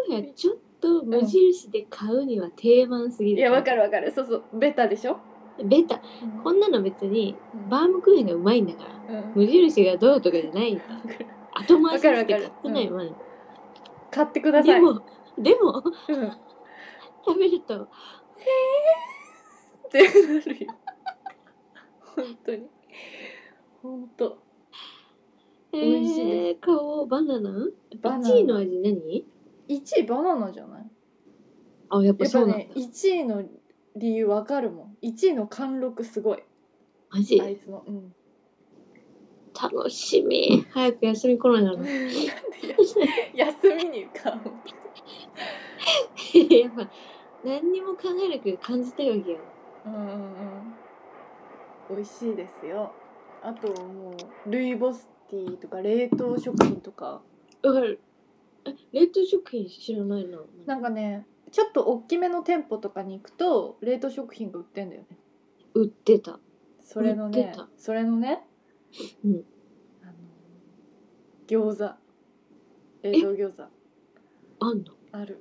[SPEAKER 2] クーヘンちょっと無印で買うには定番すぎ
[SPEAKER 1] い
[SPEAKER 2] る
[SPEAKER 1] やわかるわかるそうそうベタでしょ
[SPEAKER 2] ベタこんなの別にバームクーヘンがうまいんだから
[SPEAKER 1] うん
[SPEAKER 2] 無印がどうとかじゃないんだ
[SPEAKER 1] わかる
[SPEAKER 2] 後回しにして
[SPEAKER 1] わかるわ
[SPEAKER 2] 買
[SPEAKER 1] かる
[SPEAKER 2] ってないマネ、
[SPEAKER 1] 買ってくださ
[SPEAKER 2] で
[SPEAKER 1] い、
[SPEAKER 2] もで
[SPEAKER 1] う
[SPEAKER 2] も
[SPEAKER 1] ん、っ
[SPEAKER 2] 食べると
[SPEAKER 1] てなるよ本当に本当美
[SPEAKER 2] え
[SPEAKER 1] 味しいで
[SPEAKER 2] ー、買おうバナナ
[SPEAKER 1] バナナ
[SPEAKER 2] 1位の味何
[SPEAKER 1] 1位バナナじゃない
[SPEAKER 2] あや
[SPEAKER 1] や
[SPEAKER 2] っぱ
[SPEAKER 1] っぱ
[SPEAKER 2] そうなんだ、
[SPEAKER 1] ね1位の理由わかるもん1位の貫禄すごい
[SPEAKER 2] マジ
[SPEAKER 1] あいつのうん
[SPEAKER 2] 楽しみ。早く休み来ないなの。
[SPEAKER 1] 休みに買う
[SPEAKER 2] やっぱ、何にも考えなく感じたいわけよ。
[SPEAKER 1] うんうんうん美味しいですよあともうルイボスティーとか冷凍食品とか
[SPEAKER 2] わかる。え、冷凍食品知らないな。
[SPEAKER 1] なんかねちょっと大きめの店舗とかに行くと冷凍食品が売ってんだよね
[SPEAKER 2] 売ってた。
[SPEAKER 1] それの
[SPEAKER 2] 売っ
[SPEAKER 1] ね
[SPEAKER 2] てた
[SPEAKER 1] それのね、
[SPEAKER 2] うん
[SPEAKER 1] あの餃子冷凍餃子
[SPEAKER 2] あんの。
[SPEAKER 1] ある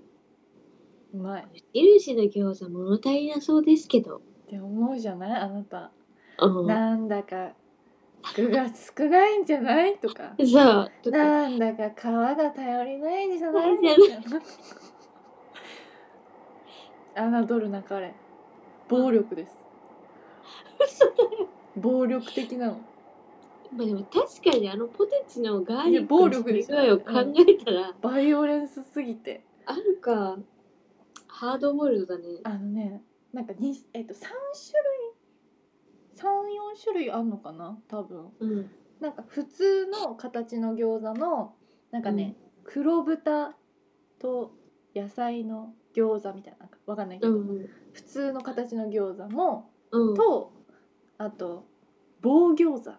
[SPEAKER 1] うまい
[SPEAKER 2] 印の餃子物足りなそうですけど。
[SPEAKER 1] って思うじゃないあなた
[SPEAKER 2] うん。
[SPEAKER 1] なんだか具が少ないんじゃないと か
[SPEAKER 2] さあ、とか。
[SPEAKER 1] なんだか皮が頼りないんじゃない
[SPEAKER 2] ないんじゃ
[SPEAKER 1] な侮るなかれ暴力です
[SPEAKER 2] 嘘だ
[SPEAKER 1] 暴力的なの
[SPEAKER 2] まあでも確かにあのポテチのガーリ
[SPEAKER 1] いや
[SPEAKER 2] ック
[SPEAKER 1] 暴
[SPEAKER 2] の
[SPEAKER 1] 力
[SPEAKER 2] 作
[SPEAKER 1] で
[SPEAKER 2] り
[SPEAKER 1] す
[SPEAKER 2] 具
[SPEAKER 1] よ
[SPEAKER 2] 合を考えたら、
[SPEAKER 1] バイオレンスすぎて
[SPEAKER 2] あるかハードボイルドだね
[SPEAKER 1] あのねなんかに、えっと3種類34種類あんのかな多分
[SPEAKER 2] うん
[SPEAKER 1] なんか普通の形の餃子のなんかね、黒豚と野菜の餃子みたいななんかわかんないけ
[SPEAKER 2] う
[SPEAKER 1] ど、
[SPEAKER 2] ん
[SPEAKER 1] 普通の形の餃子も
[SPEAKER 2] うん
[SPEAKER 1] とあと棒餃子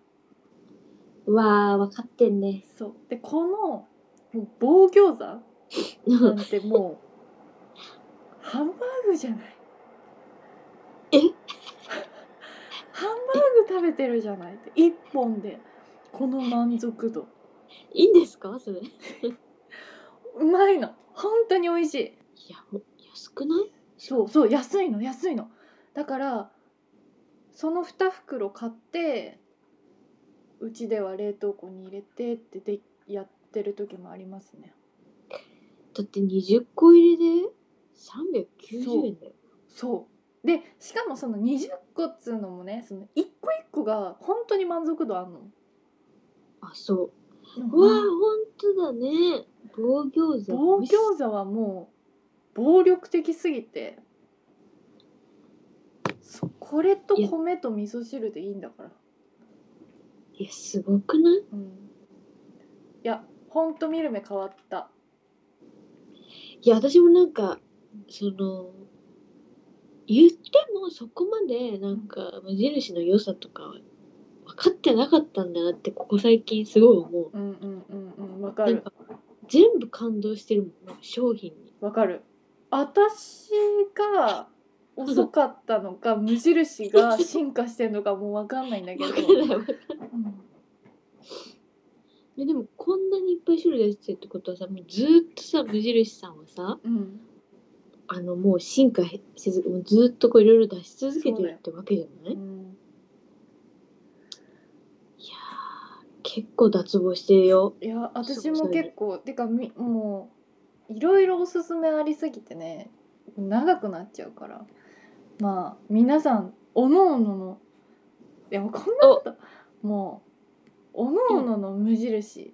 [SPEAKER 2] うわー分かってんね
[SPEAKER 1] そうでこのもう棒餃子
[SPEAKER 2] う
[SPEAKER 1] なんんてもうハンバーグじゃない
[SPEAKER 2] え
[SPEAKER 1] ハンバーグ食べてるじゃないって一本でこの満足度
[SPEAKER 2] いいんですかそれいう
[SPEAKER 1] まいの本当に美味しい
[SPEAKER 2] やもう安くない
[SPEAKER 1] そうそう安いの安いのだからその2袋買ってうちでは冷凍庫に入れてってでやってる時もありますね
[SPEAKER 2] だって20個入りで390円だよ
[SPEAKER 1] そうでしかもその20個っつうのもねその一個一個が本当に満足度あんの
[SPEAKER 2] あそう
[SPEAKER 1] う
[SPEAKER 2] うわーほんとだね棒餃子
[SPEAKER 1] 棒餃子はもう暴力的すぎてそこれと米と味噌汁でいいんだから
[SPEAKER 2] いやすごくない
[SPEAKER 1] うんいやほんと見る目変わった
[SPEAKER 2] いや私もなんかその言ってもそこまでなんか無印の良さとか分かってなかったんだなってここ最近すごい思う
[SPEAKER 1] うんうんうんうんわか
[SPEAKER 2] なん
[SPEAKER 1] る
[SPEAKER 2] か全部感動してるもん商品に
[SPEAKER 1] わかる私が遅かったのか無印が進化してんのかもうわかんないんだ けど
[SPEAKER 2] 分からないわ
[SPEAKER 1] うん
[SPEAKER 2] えでもこんなにいっぱい種類出してるってことはさもうずーっとさ無印さんはさ
[SPEAKER 1] うん
[SPEAKER 2] あのもう進化せずもうずーっとこういろいろ出し続け
[SPEAKER 1] そう
[SPEAKER 2] て
[SPEAKER 1] だよ
[SPEAKER 2] るってわけじゃな
[SPEAKER 1] う
[SPEAKER 2] い
[SPEAKER 1] ん
[SPEAKER 2] いやー結構脱帽してるよ
[SPEAKER 1] いや私
[SPEAKER 2] そ
[SPEAKER 1] も
[SPEAKER 2] うだね
[SPEAKER 1] 結構てかみもういろいろおすすめありすぎてね長くなっちゃうからまあ皆さんおのおののいやもうこんなこともうおのおのの無印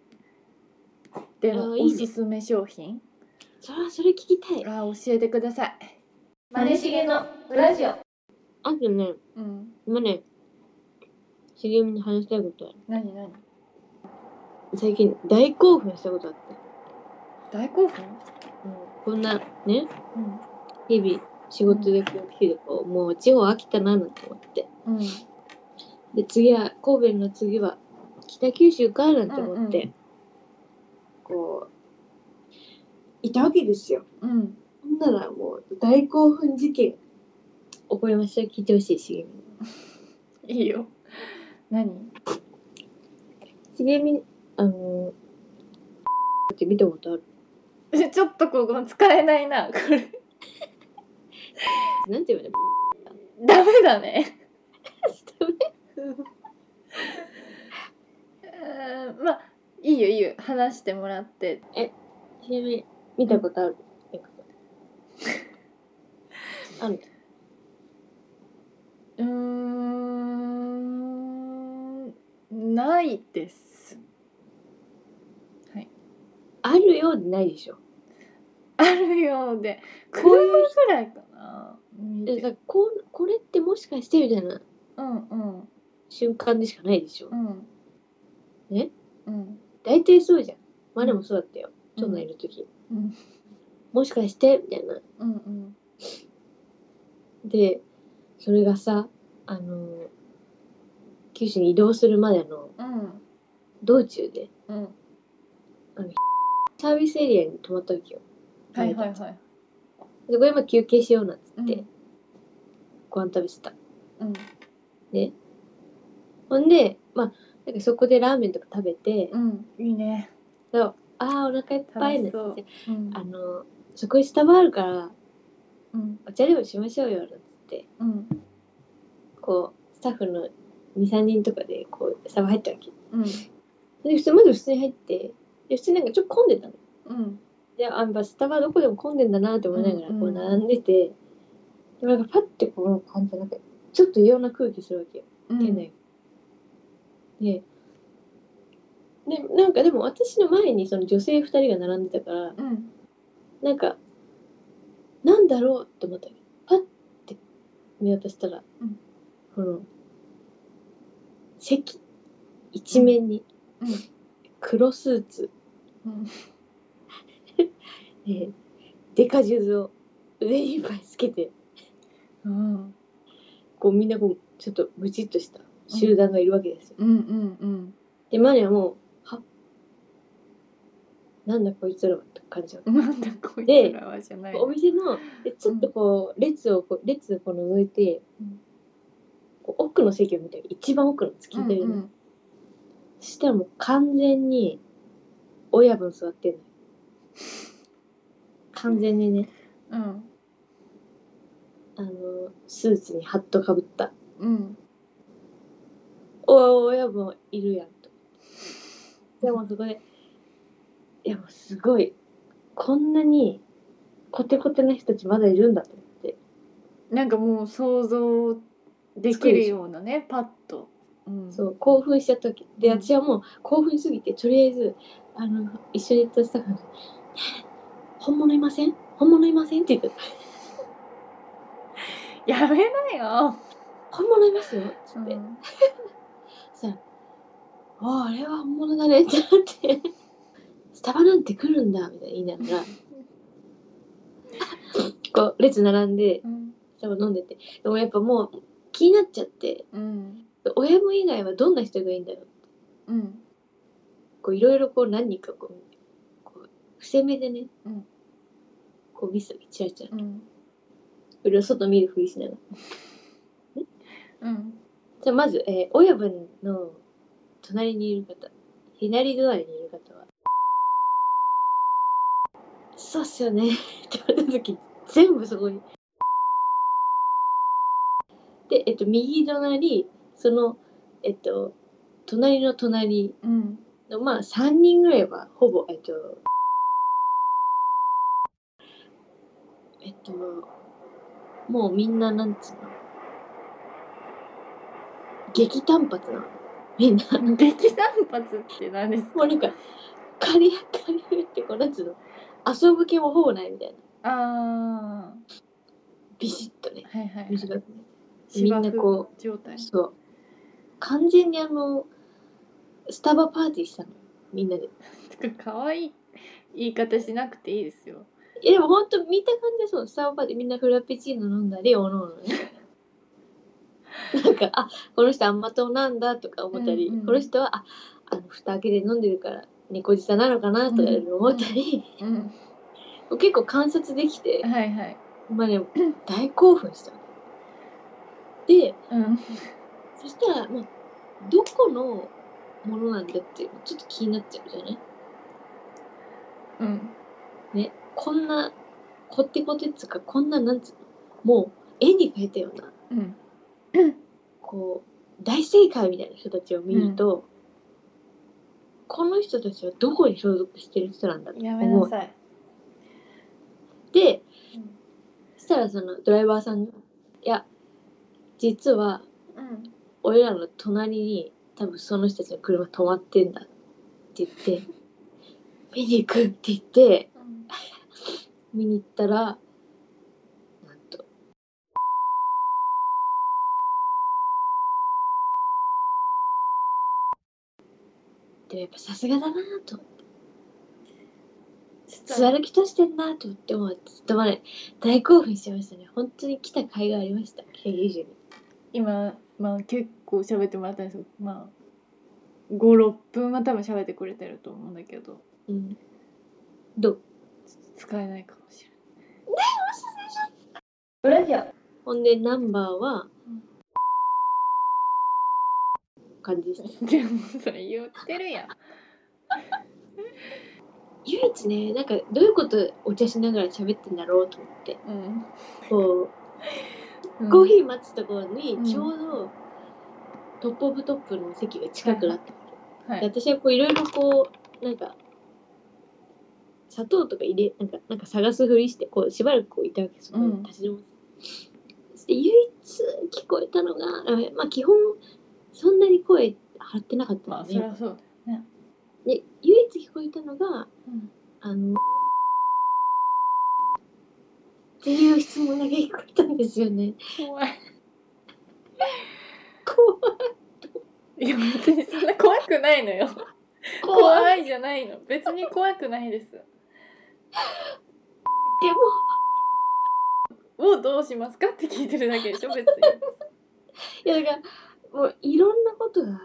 [SPEAKER 1] での
[SPEAKER 2] あいい
[SPEAKER 1] お
[SPEAKER 2] ね
[SPEAKER 1] すすめ商品
[SPEAKER 2] それはそれ聞きたい
[SPEAKER 1] あ教えてください。
[SPEAKER 3] マネしげのラジオ
[SPEAKER 2] あとね
[SPEAKER 1] うん、
[SPEAKER 2] 今ね、茂みに話したいことあ
[SPEAKER 1] 何何
[SPEAKER 2] る。最近大興奮したことあっ
[SPEAKER 1] 大興奮、
[SPEAKER 2] た。うん、こんなね、
[SPEAKER 1] うん
[SPEAKER 2] 日々仕事でこう来てこう、もう地方飽きたななんて思って。
[SPEAKER 1] うん
[SPEAKER 2] で、次は、神戸の次は北九州かなんて思って、
[SPEAKER 1] うんう
[SPEAKER 2] こう、いたわけですよ。
[SPEAKER 1] うん、
[SPEAKER 2] ほんならもう大興奮事件起こりました。聞いてほしい、茂み。
[SPEAKER 1] いいよ何
[SPEAKER 2] 茂み、あのー、って見たことある。
[SPEAKER 1] えちょっとここ使えないなこれ
[SPEAKER 2] なんていうの
[SPEAKER 1] ダメだね。うーんまあいいよいいよ話してもらって
[SPEAKER 2] ちなみに見たことある、あの
[SPEAKER 1] うーんないです
[SPEAKER 2] あるようでないでしょ。
[SPEAKER 1] あるようで車
[SPEAKER 2] こういう
[SPEAKER 1] ぐらいかな見
[SPEAKER 2] で
[SPEAKER 1] て
[SPEAKER 2] さこうこれってもしかしてみたいな
[SPEAKER 1] うんうん
[SPEAKER 2] 瞬間でしかないでしょ
[SPEAKER 1] う。んうん
[SPEAKER 2] 大体そうじゃん。まあでもそうだったよ。
[SPEAKER 1] うん
[SPEAKER 2] 長男いる時
[SPEAKER 1] うん
[SPEAKER 2] もしかしてみたいな。
[SPEAKER 1] うんうん
[SPEAKER 2] で、それがさ、あの、九州に移動するまでの
[SPEAKER 1] うん
[SPEAKER 2] 道中で、
[SPEAKER 1] うん
[SPEAKER 2] サービスエリアに泊まったわけよ。
[SPEAKER 1] はいはいはい
[SPEAKER 2] で、これ今休憩しようなんつって、
[SPEAKER 1] うん
[SPEAKER 2] ご飯食べてた。
[SPEAKER 1] うん
[SPEAKER 2] ほんで、まあ、なんかそこでラーメンとか食べて、
[SPEAKER 1] うんいいね
[SPEAKER 2] そうああ、お腹いっぱいね
[SPEAKER 1] 楽し
[SPEAKER 2] って、
[SPEAKER 1] うん
[SPEAKER 2] あの、そこにスタバあるから、
[SPEAKER 1] うん
[SPEAKER 2] お茶でもしましょうよ、なんつって、
[SPEAKER 1] うん
[SPEAKER 2] こう、スタッフの2、3人とかで、こう、スタバ入ったわけ。
[SPEAKER 1] うん
[SPEAKER 2] で普通まず普通に入ってで普通になんかちょっと混んでたの。
[SPEAKER 1] うん
[SPEAKER 2] であやっぱスタバどこでも混んでんだなって思いながら
[SPEAKER 1] うん
[SPEAKER 2] こ
[SPEAKER 1] う
[SPEAKER 2] うん並んでて、でなんかパッてこう感じたなんかちょっと異様な空気するわけよ
[SPEAKER 1] うん
[SPEAKER 2] 店内、ででなんかでも私の前にその女性2人が並んでたから
[SPEAKER 1] うん
[SPEAKER 2] なんかなんだろうって思ったわけパッて見渡したら、
[SPEAKER 1] うん
[SPEAKER 2] この席一面に、
[SPEAKER 1] うん
[SPEAKER 2] 黒スーツ
[SPEAKER 1] うん
[SPEAKER 2] えーデカジュズを上にいっぱいつけて
[SPEAKER 1] うん
[SPEAKER 2] こうみんなこうちょっとブチッとした集団がいるわけですよ。
[SPEAKER 1] うんうん
[SPEAKER 2] でマネはもう「はなんだこいつらは」って感じだった
[SPEAKER 1] うん なんだこいつらはじゃない
[SPEAKER 2] お店のでちょっとこう列をこう列をこう覗いて、
[SPEAKER 1] うん
[SPEAKER 2] こう奥の席を見たら一番奥の突き出るの、
[SPEAKER 1] うん
[SPEAKER 2] そしたらもう完全に親分座ってん のよ完全にね
[SPEAKER 1] うん
[SPEAKER 2] あのスーツにハットかぶった
[SPEAKER 1] うん
[SPEAKER 2] お親分いるやんと。でもそこで、いやもうすごい、こんなにコテコテな人たちまだいるんだと思って。
[SPEAKER 1] なんかもう想像できるようなねパッと、うん、
[SPEAKER 2] そう、興奮しちゃった時。で、
[SPEAKER 1] うん
[SPEAKER 2] 私はもう興奮しすぎて、とりあえず、あの、一緒に行ったスタッフに、ねえ本物いません本物いませんって言って、
[SPEAKER 1] やめなよ、
[SPEAKER 2] 本物いますよって
[SPEAKER 1] う
[SPEAKER 2] 言って。
[SPEAKER 1] ん、
[SPEAKER 2] そしたら、ああ、あれは本物だねってなって、スタバなんて来るんだみたいな言いながら、 こう、列並んで、
[SPEAKER 1] うん
[SPEAKER 2] スタバ飲んでて、でもやっぱもう気になっちゃって、
[SPEAKER 1] うん
[SPEAKER 2] 親分以外はどんな人がいいんだろう
[SPEAKER 1] うん
[SPEAKER 2] こう、いろいろこう、何人かこう、こう伏せ目でね、
[SPEAKER 1] うん
[SPEAKER 2] こう、ミスをチラチ
[SPEAKER 1] う、
[SPEAKER 2] ラ
[SPEAKER 1] ん
[SPEAKER 2] それを外見るふりしながら。
[SPEAKER 1] うん
[SPEAKER 2] じゃあまず、えー親分の隣にいる方、左隣にいる方は、そうっすよね。って言われた時、全部そこに。で、えっと、右隣、その、えっと、隣の隣
[SPEAKER 1] うん
[SPEAKER 2] の、まあ、3人ぐらいは、ほぼ、えっと、えっと、もうみんな、なんつうの、激単発なの。みんな、
[SPEAKER 1] 劇団発って何です
[SPEAKER 2] もうなんか、借り、借りってこう、なんつうの、遊ぶ気もほぼないみたいな。
[SPEAKER 1] ああ
[SPEAKER 2] ビシッとね、
[SPEAKER 1] はいはい
[SPEAKER 2] 短くね。み
[SPEAKER 1] 芝
[SPEAKER 2] んなこ
[SPEAKER 1] 生状態
[SPEAKER 2] う、そう。完全にあの、スタバパーティーしたの。みんなで。
[SPEAKER 1] てか可愛い言い方しなくていいですよ
[SPEAKER 2] いやでも本当見た感じはそうスタバでみんなフラペチーノ飲んだりおのおのねなんかあこの人甘党なんだとか思ったり、
[SPEAKER 1] うんうん
[SPEAKER 2] この人はああの蓋開けで飲んでるから猫舌なのかなとか思ったり、
[SPEAKER 1] うん
[SPEAKER 2] 結構観察できて、
[SPEAKER 1] はいはい
[SPEAKER 2] まあね、大興奮したので
[SPEAKER 1] うん
[SPEAKER 2] そしたら、まあ、どこのものなんだってちょっと気になっちゃうじゃない
[SPEAKER 1] うん
[SPEAKER 2] ねこんなこってこてっつうかこんななんつうのもう絵に描いたような
[SPEAKER 1] うん
[SPEAKER 2] こう大正解みたいな人たちを見ると、この人たちはどこに所属してる人なんだって
[SPEAKER 1] やめな
[SPEAKER 2] 思
[SPEAKER 1] さい
[SPEAKER 2] って
[SPEAKER 1] うん
[SPEAKER 2] そしたらそのドライバーさんが「いや実は
[SPEAKER 1] うん
[SPEAKER 2] 俺らの隣に多分その人たちの車止まってんだ」って 言って「見に行く」って言って
[SPEAKER 1] うん
[SPEAKER 2] 見に行ったらなんとでもやっぱさすがだなぁと
[SPEAKER 1] ちょっと
[SPEAKER 2] 座る気としてんなとってもずっとまで大興奮しましたね本当に来た甲斐がありました北九州に
[SPEAKER 1] 今、まあ、結構喋ってもらったんですけどまあ56分は多分喋ってくれてると思うんだけど
[SPEAKER 2] うんどう
[SPEAKER 1] 使えないかもしれない
[SPEAKER 3] 裏地を
[SPEAKER 2] ほんでナンバーは、感じでした
[SPEAKER 1] でもそれ言ってるやん
[SPEAKER 2] 唯一ねなんかどういうことお茶しながら喋ってんだろうと思って
[SPEAKER 1] うん、
[SPEAKER 2] こ
[SPEAKER 1] う、
[SPEAKER 2] うんコーヒー待つところに
[SPEAKER 1] うん
[SPEAKER 2] ちょうどトップオブトップの席が近くなった、
[SPEAKER 1] は
[SPEAKER 2] で
[SPEAKER 1] い、
[SPEAKER 2] 私はこういろいろこうなんか砂糖とか入れなんかなんか探すふりしてこうしばらくこういたわけそこ
[SPEAKER 1] うん
[SPEAKER 2] に立ち止まって、そして唯一聞こえたのがあまあ基本そんなに声張ってなかった
[SPEAKER 1] ま
[SPEAKER 2] の
[SPEAKER 1] あそ
[SPEAKER 2] ね、
[SPEAKER 1] りゃそうだよね、
[SPEAKER 2] で唯一聞こえたのが
[SPEAKER 1] うん、
[SPEAKER 2] あのっていう質問だけ聞こえたんですよね
[SPEAKER 1] 怖い
[SPEAKER 2] 怖
[SPEAKER 1] いや別にそんな怖くないのよ
[SPEAKER 2] 怖い
[SPEAKER 1] 怖いじゃないの別に怖くないです
[SPEAKER 2] でも
[SPEAKER 1] をどうしますかって聞いてるだけでしょ別に
[SPEAKER 2] いやだからもういろんなことがなんか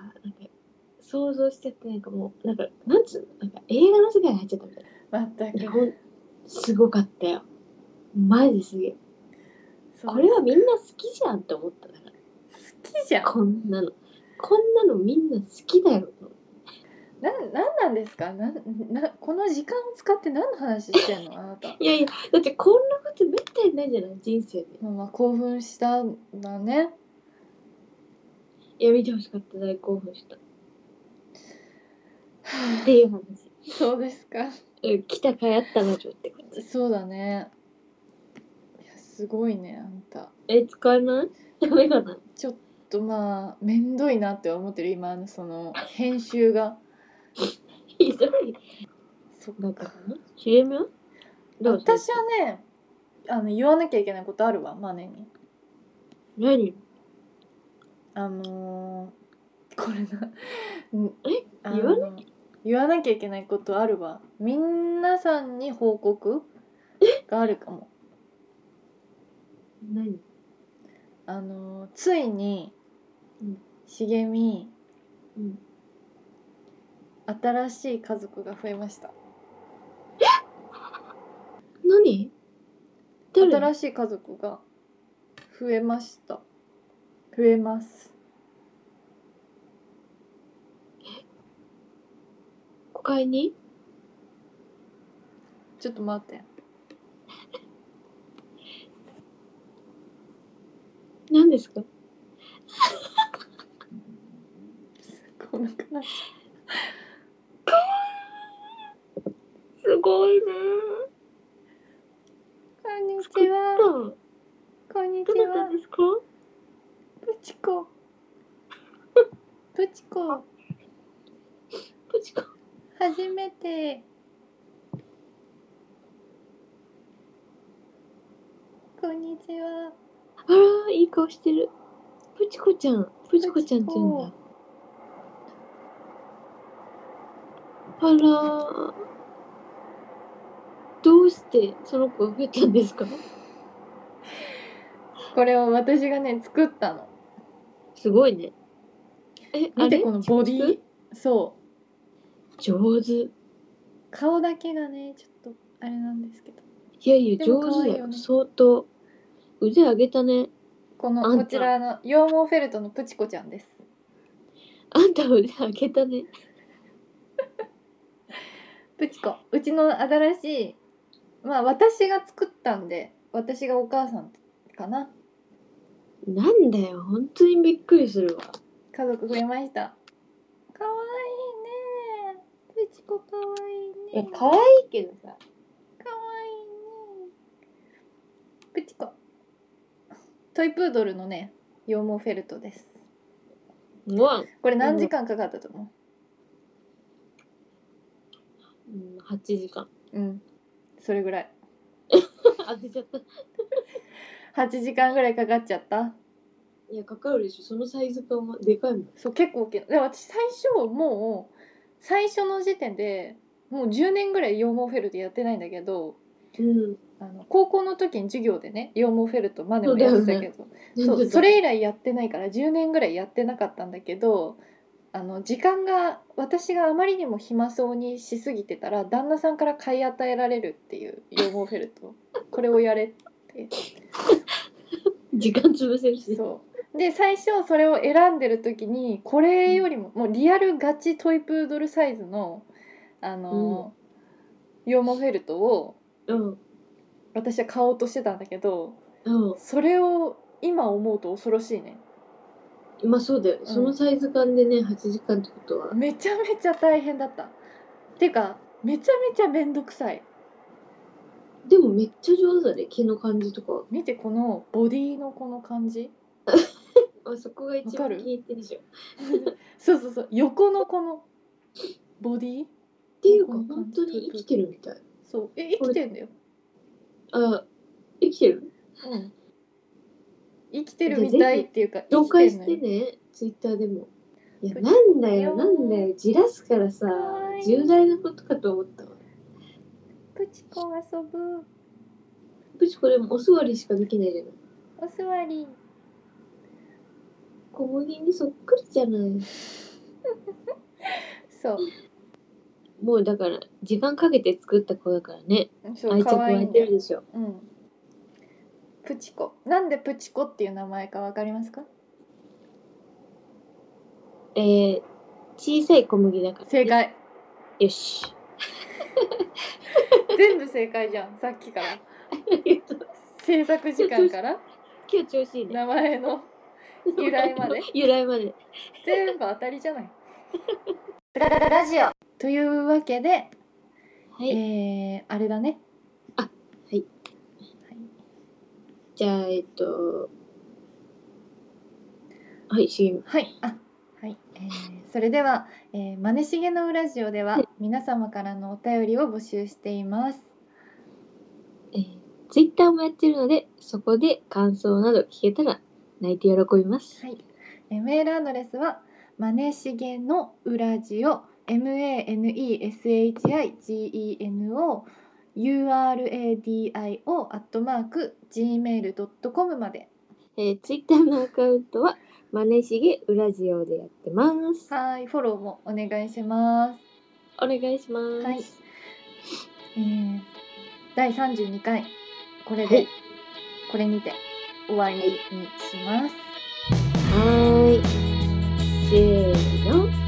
[SPEAKER 2] 想像しちゃってなんかもうなんかなんつうのなんか映画の世界に入っちゃったみたい
[SPEAKER 1] 全
[SPEAKER 2] な
[SPEAKER 1] く
[SPEAKER 2] ほんすごかったよマジですげえ
[SPEAKER 1] そう
[SPEAKER 2] これはみんな好きじゃんって思っただか
[SPEAKER 1] 好きじゃん
[SPEAKER 2] らこんなのこんなのみんな好きだよ
[SPEAKER 1] なんなんなんですかなんなこの時間を使って何の話してんのあなた
[SPEAKER 2] いやいやだってこんなことめったにないじゃない人生で
[SPEAKER 1] まあ興奮したんだね
[SPEAKER 2] いや見てほしかった大興奮したっていう話
[SPEAKER 1] そうですか
[SPEAKER 2] うん来たかやったなちょってこと
[SPEAKER 1] そうだねいやすごいねあんた
[SPEAKER 2] え使えないダメかな
[SPEAKER 1] ちょっとまあ面倒いなって思ってる今のその編集が
[SPEAKER 2] ひどい
[SPEAKER 1] そっ
[SPEAKER 2] なんか
[SPEAKER 1] か
[SPEAKER 2] かな CM? どう
[SPEAKER 1] 私はねあの言わなきゃいけないことあるわマネに
[SPEAKER 2] 何
[SPEAKER 1] あのーこれな
[SPEAKER 2] え
[SPEAKER 1] あ
[SPEAKER 2] 言わ
[SPEAKER 1] の言わなきゃいけないことあるわみんなさんに報告があるかも
[SPEAKER 2] 何
[SPEAKER 1] あのーついに、
[SPEAKER 2] うん
[SPEAKER 1] 茂み
[SPEAKER 2] うん
[SPEAKER 1] 新しい家族が増えました
[SPEAKER 2] 何誰
[SPEAKER 1] 新しい家族が増えました増えます
[SPEAKER 2] 誤解に
[SPEAKER 1] ちょっと待って
[SPEAKER 2] 何ですか
[SPEAKER 1] こんなくなっちゃ
[SPEAKER 2] すごいね
[SPEAKER 1] うこんに
[SPEAKER 2] 作っ
[SPEAKER 1] ちは
[SPEAKER 2] たど
[SPEAKER 1] こんにち
[SPEAKER 2] なた
[SPEAKER 1] は
[SPEAKER 2] ですか
[SPEAKER 1] プチコプチコ
[SPEAKER 2] ポチコ
[SPEAKER 1] 初めてこんにちは
[SPEAKER 2] あらいい顔してるポチコちゃんポチコちゃんって言うんだあらーどうしてその子が増えたんですか
[SPEAKER 1] これを私がね作ったの
[SPEAKER 2] すごいねえあ
[SPEAKER 1] 見
[SPEAKER 2] れ
[SPEAKER 1] てこのボディそう
[SPEAKER 2] 上手
[SPEAKER 1] 顔だけがねちょっとあれなんですけど
[SPEAKER 2] いやいや
[SPEAKER 1] でも
[SPEAKER 2] 上
[SPEAKER 1] 可
[SPEAKER 2] 手
[SPEAKER 1] 愛いよ
[SPEAKER 2] だよ
[SPEAKER 1] ね
[SPEAKER 2] 相当腕上げたね
[SPEAKER 1] こ
[SPEAKER 2] あん
[SPEAKER 1] の
[SPEAKER 2] た
[SPEAKER 1] こちらの羊毛フェルトのプチコちゃんです
[SPEAKER 2] あんた腕上げたね
[SPEAKER 1] プチコうちの新しいまあ私が作ったんで私がお母さんかな
[SPEAKER 2] なんだよ本当にびっくりするわ
[SPEAKER 1] 家族増えましたかわいいねプチコかわいいね
[SPEAKER 2] 可愛いけどさ
[SPEAKER 1] かわいいねプチコトイプードルのね羊毛フェルトです
[SPEAKER 2] うわ
[SPEAKER 1] これ何時間かかったと思
[SPEAKER 2] うん8時間
[SPEAKER 1] ううんそれぐらい
[SPEAKER 2] 当てちゃった
[SPEAKER 1] 8時間ぐらいかかっちゃった
[SPEAKER 2] いやかかるでしょそのサイズ感はでかいもん
[SPEAKER 1] そう結構大きいで私最初もう最初の時点でもう10年ぐらい羊毛フェルトやってないんだけど
[SPEAKER 2] うん。
[SPEAKER 1] あの高校の時に授業でね羊毛フェルトマネもやってたけどそうそれ以来やってないから10年ぐらいやってなかったんだけどあの時間が私があまりにも暇そうにしすぎてたら旦那さんから買い与えられるっていう羊毛フェルトこれをやれ
[SPEAKER 2] 時間潰せるし。
[SPEAKER 1] そうで最初それを選んでる時にこれよりももうリアルガチトイプードルサイズのあの、羊毛フェルトを
[SPEAKER 2] うん。
[SPEAKER 1] 私は買おうとしてたんだけど
[SPEAKER 2] うん。
[SPEAKER 1] それを今思うと恐ろしいね
[SPEAKER 2] まあそうだよ、そのサイズ感でね8時間ってことは
[SPEAKER 1] めちゃめちゃ大変だったてかめちゃめちゃ面倒くさい
[SPEAKER 2] でもめっちゃ上手だね毛の感じとか
[SPEAKER 1] 見てこのボディのこの感じ
[SPEAKER 2] あそこが一
[SPEAKER 1] わか
[SPEAKER 2] 番
[SPEAKER 1] る
[SPEAKER 2] 気に入ってるでしょっ
[SPEAKER 1] そうそうそう横のこのボディ
[SPEAKER 2] ていうか
[SPEAKER 1] わかる
[SPEAKER 2] 本当に生きてるみたい
[SPEAKER 1] そうえ生きてんだよ、
[SPEAKER 2] あ生きてる
[SPEAKER 1] うん、生きてるみたいっていうか
[SPEAKER 2] 紹介して
[SPEAKER 1] 生きてんのよ
[SPEAKER 2] ねツイッターでもいや
[SPEAKER 1] これ
[SPEAKER 2] なんだ
[SPEAKER 1] よ
[SPEAKER 2] よなんだよじらすからさ
[SPEAKER 1] かわいい
[SPEAKER 2] 重大なことかと思ったわ
[SPEAKER 1] プチコ遊ぶ
[SPEAKER 2] プチこれもお座りしかできないじゃない
[SPEAKER 1] お座り
[SPEAKER 2] 小麦にそっくりじゃない
[SPEAKER 1] そう
[SPEAKER 2] もうだから時間かけて作った子だからね
[SPEAKER 1] そ
[SPEAKER 2] 愛
[SPEAKER 1] う
[SPEAKER 2] 着
[SPEAKER 1] 可
[SPEAKER 2] 湧
[SPEAKER 1] 愛い
[SPEAKER 2] い
[SPEAKER 1] んだ
[SPEAKER 2] てる
[SPEAKER 1] よ、
[SPEAKER 2] でしょ
[SPEAKER 1] うん、プチコなんでプチコっていう名前かわかりますか
[SPEAKER 2] えー、小さい小麦だから、
[SPEAKER 1] 正解
[SPEAKER 2] よし
[SPEAKER 1] 全部正解じゃんさっきから
[SPEAKER 2] ありがとう
[SPEAKER 1] 制作時間から
[SPEAKER 2] 今日調子いいね。
[SPEAKER 1] 名前の由来まで。
[SPEAKER 2] 由来まで。
[SPEAKER 1] 全部当たりじゃない。ラララジオというわけで、
[SPEAKER 2] はい。
[SPEAKER 1] えー、あれだね。
[SPEAKER 2] じゃあ、えっと。はい、しげみ。
[SPEAKER 1] はい。あはい、えーそれでは、えー、マネしげのうラジオでは皆様からのお便りを募集しています。
[SPEAKER 2] えー、ツイッターもやってるので、そこで感想など聞けたら泣いて喜びます。
[SPEAKER 1] はい、えーメールアドレスはマネしげのうラジオ M A N E S H I G E N O U R A D I O アットマーク gmail ドットコムまで。
[SPEAKER 2] えー、ツイッターのアカウントは、まねしげうらじおでやってます。
[SPEAKER 1] はい、フォローもお願いします。
[SPEAKER 2] お願いします。
[SPEAKER 1] はいえー、第32回これ
[SPEAKER 2] は
[SPEAKER 1] で
[SPEAKER 2] い
[SPEAKER 1] これにて終わりにします。
[SPEAKER 2] はーい。せーの。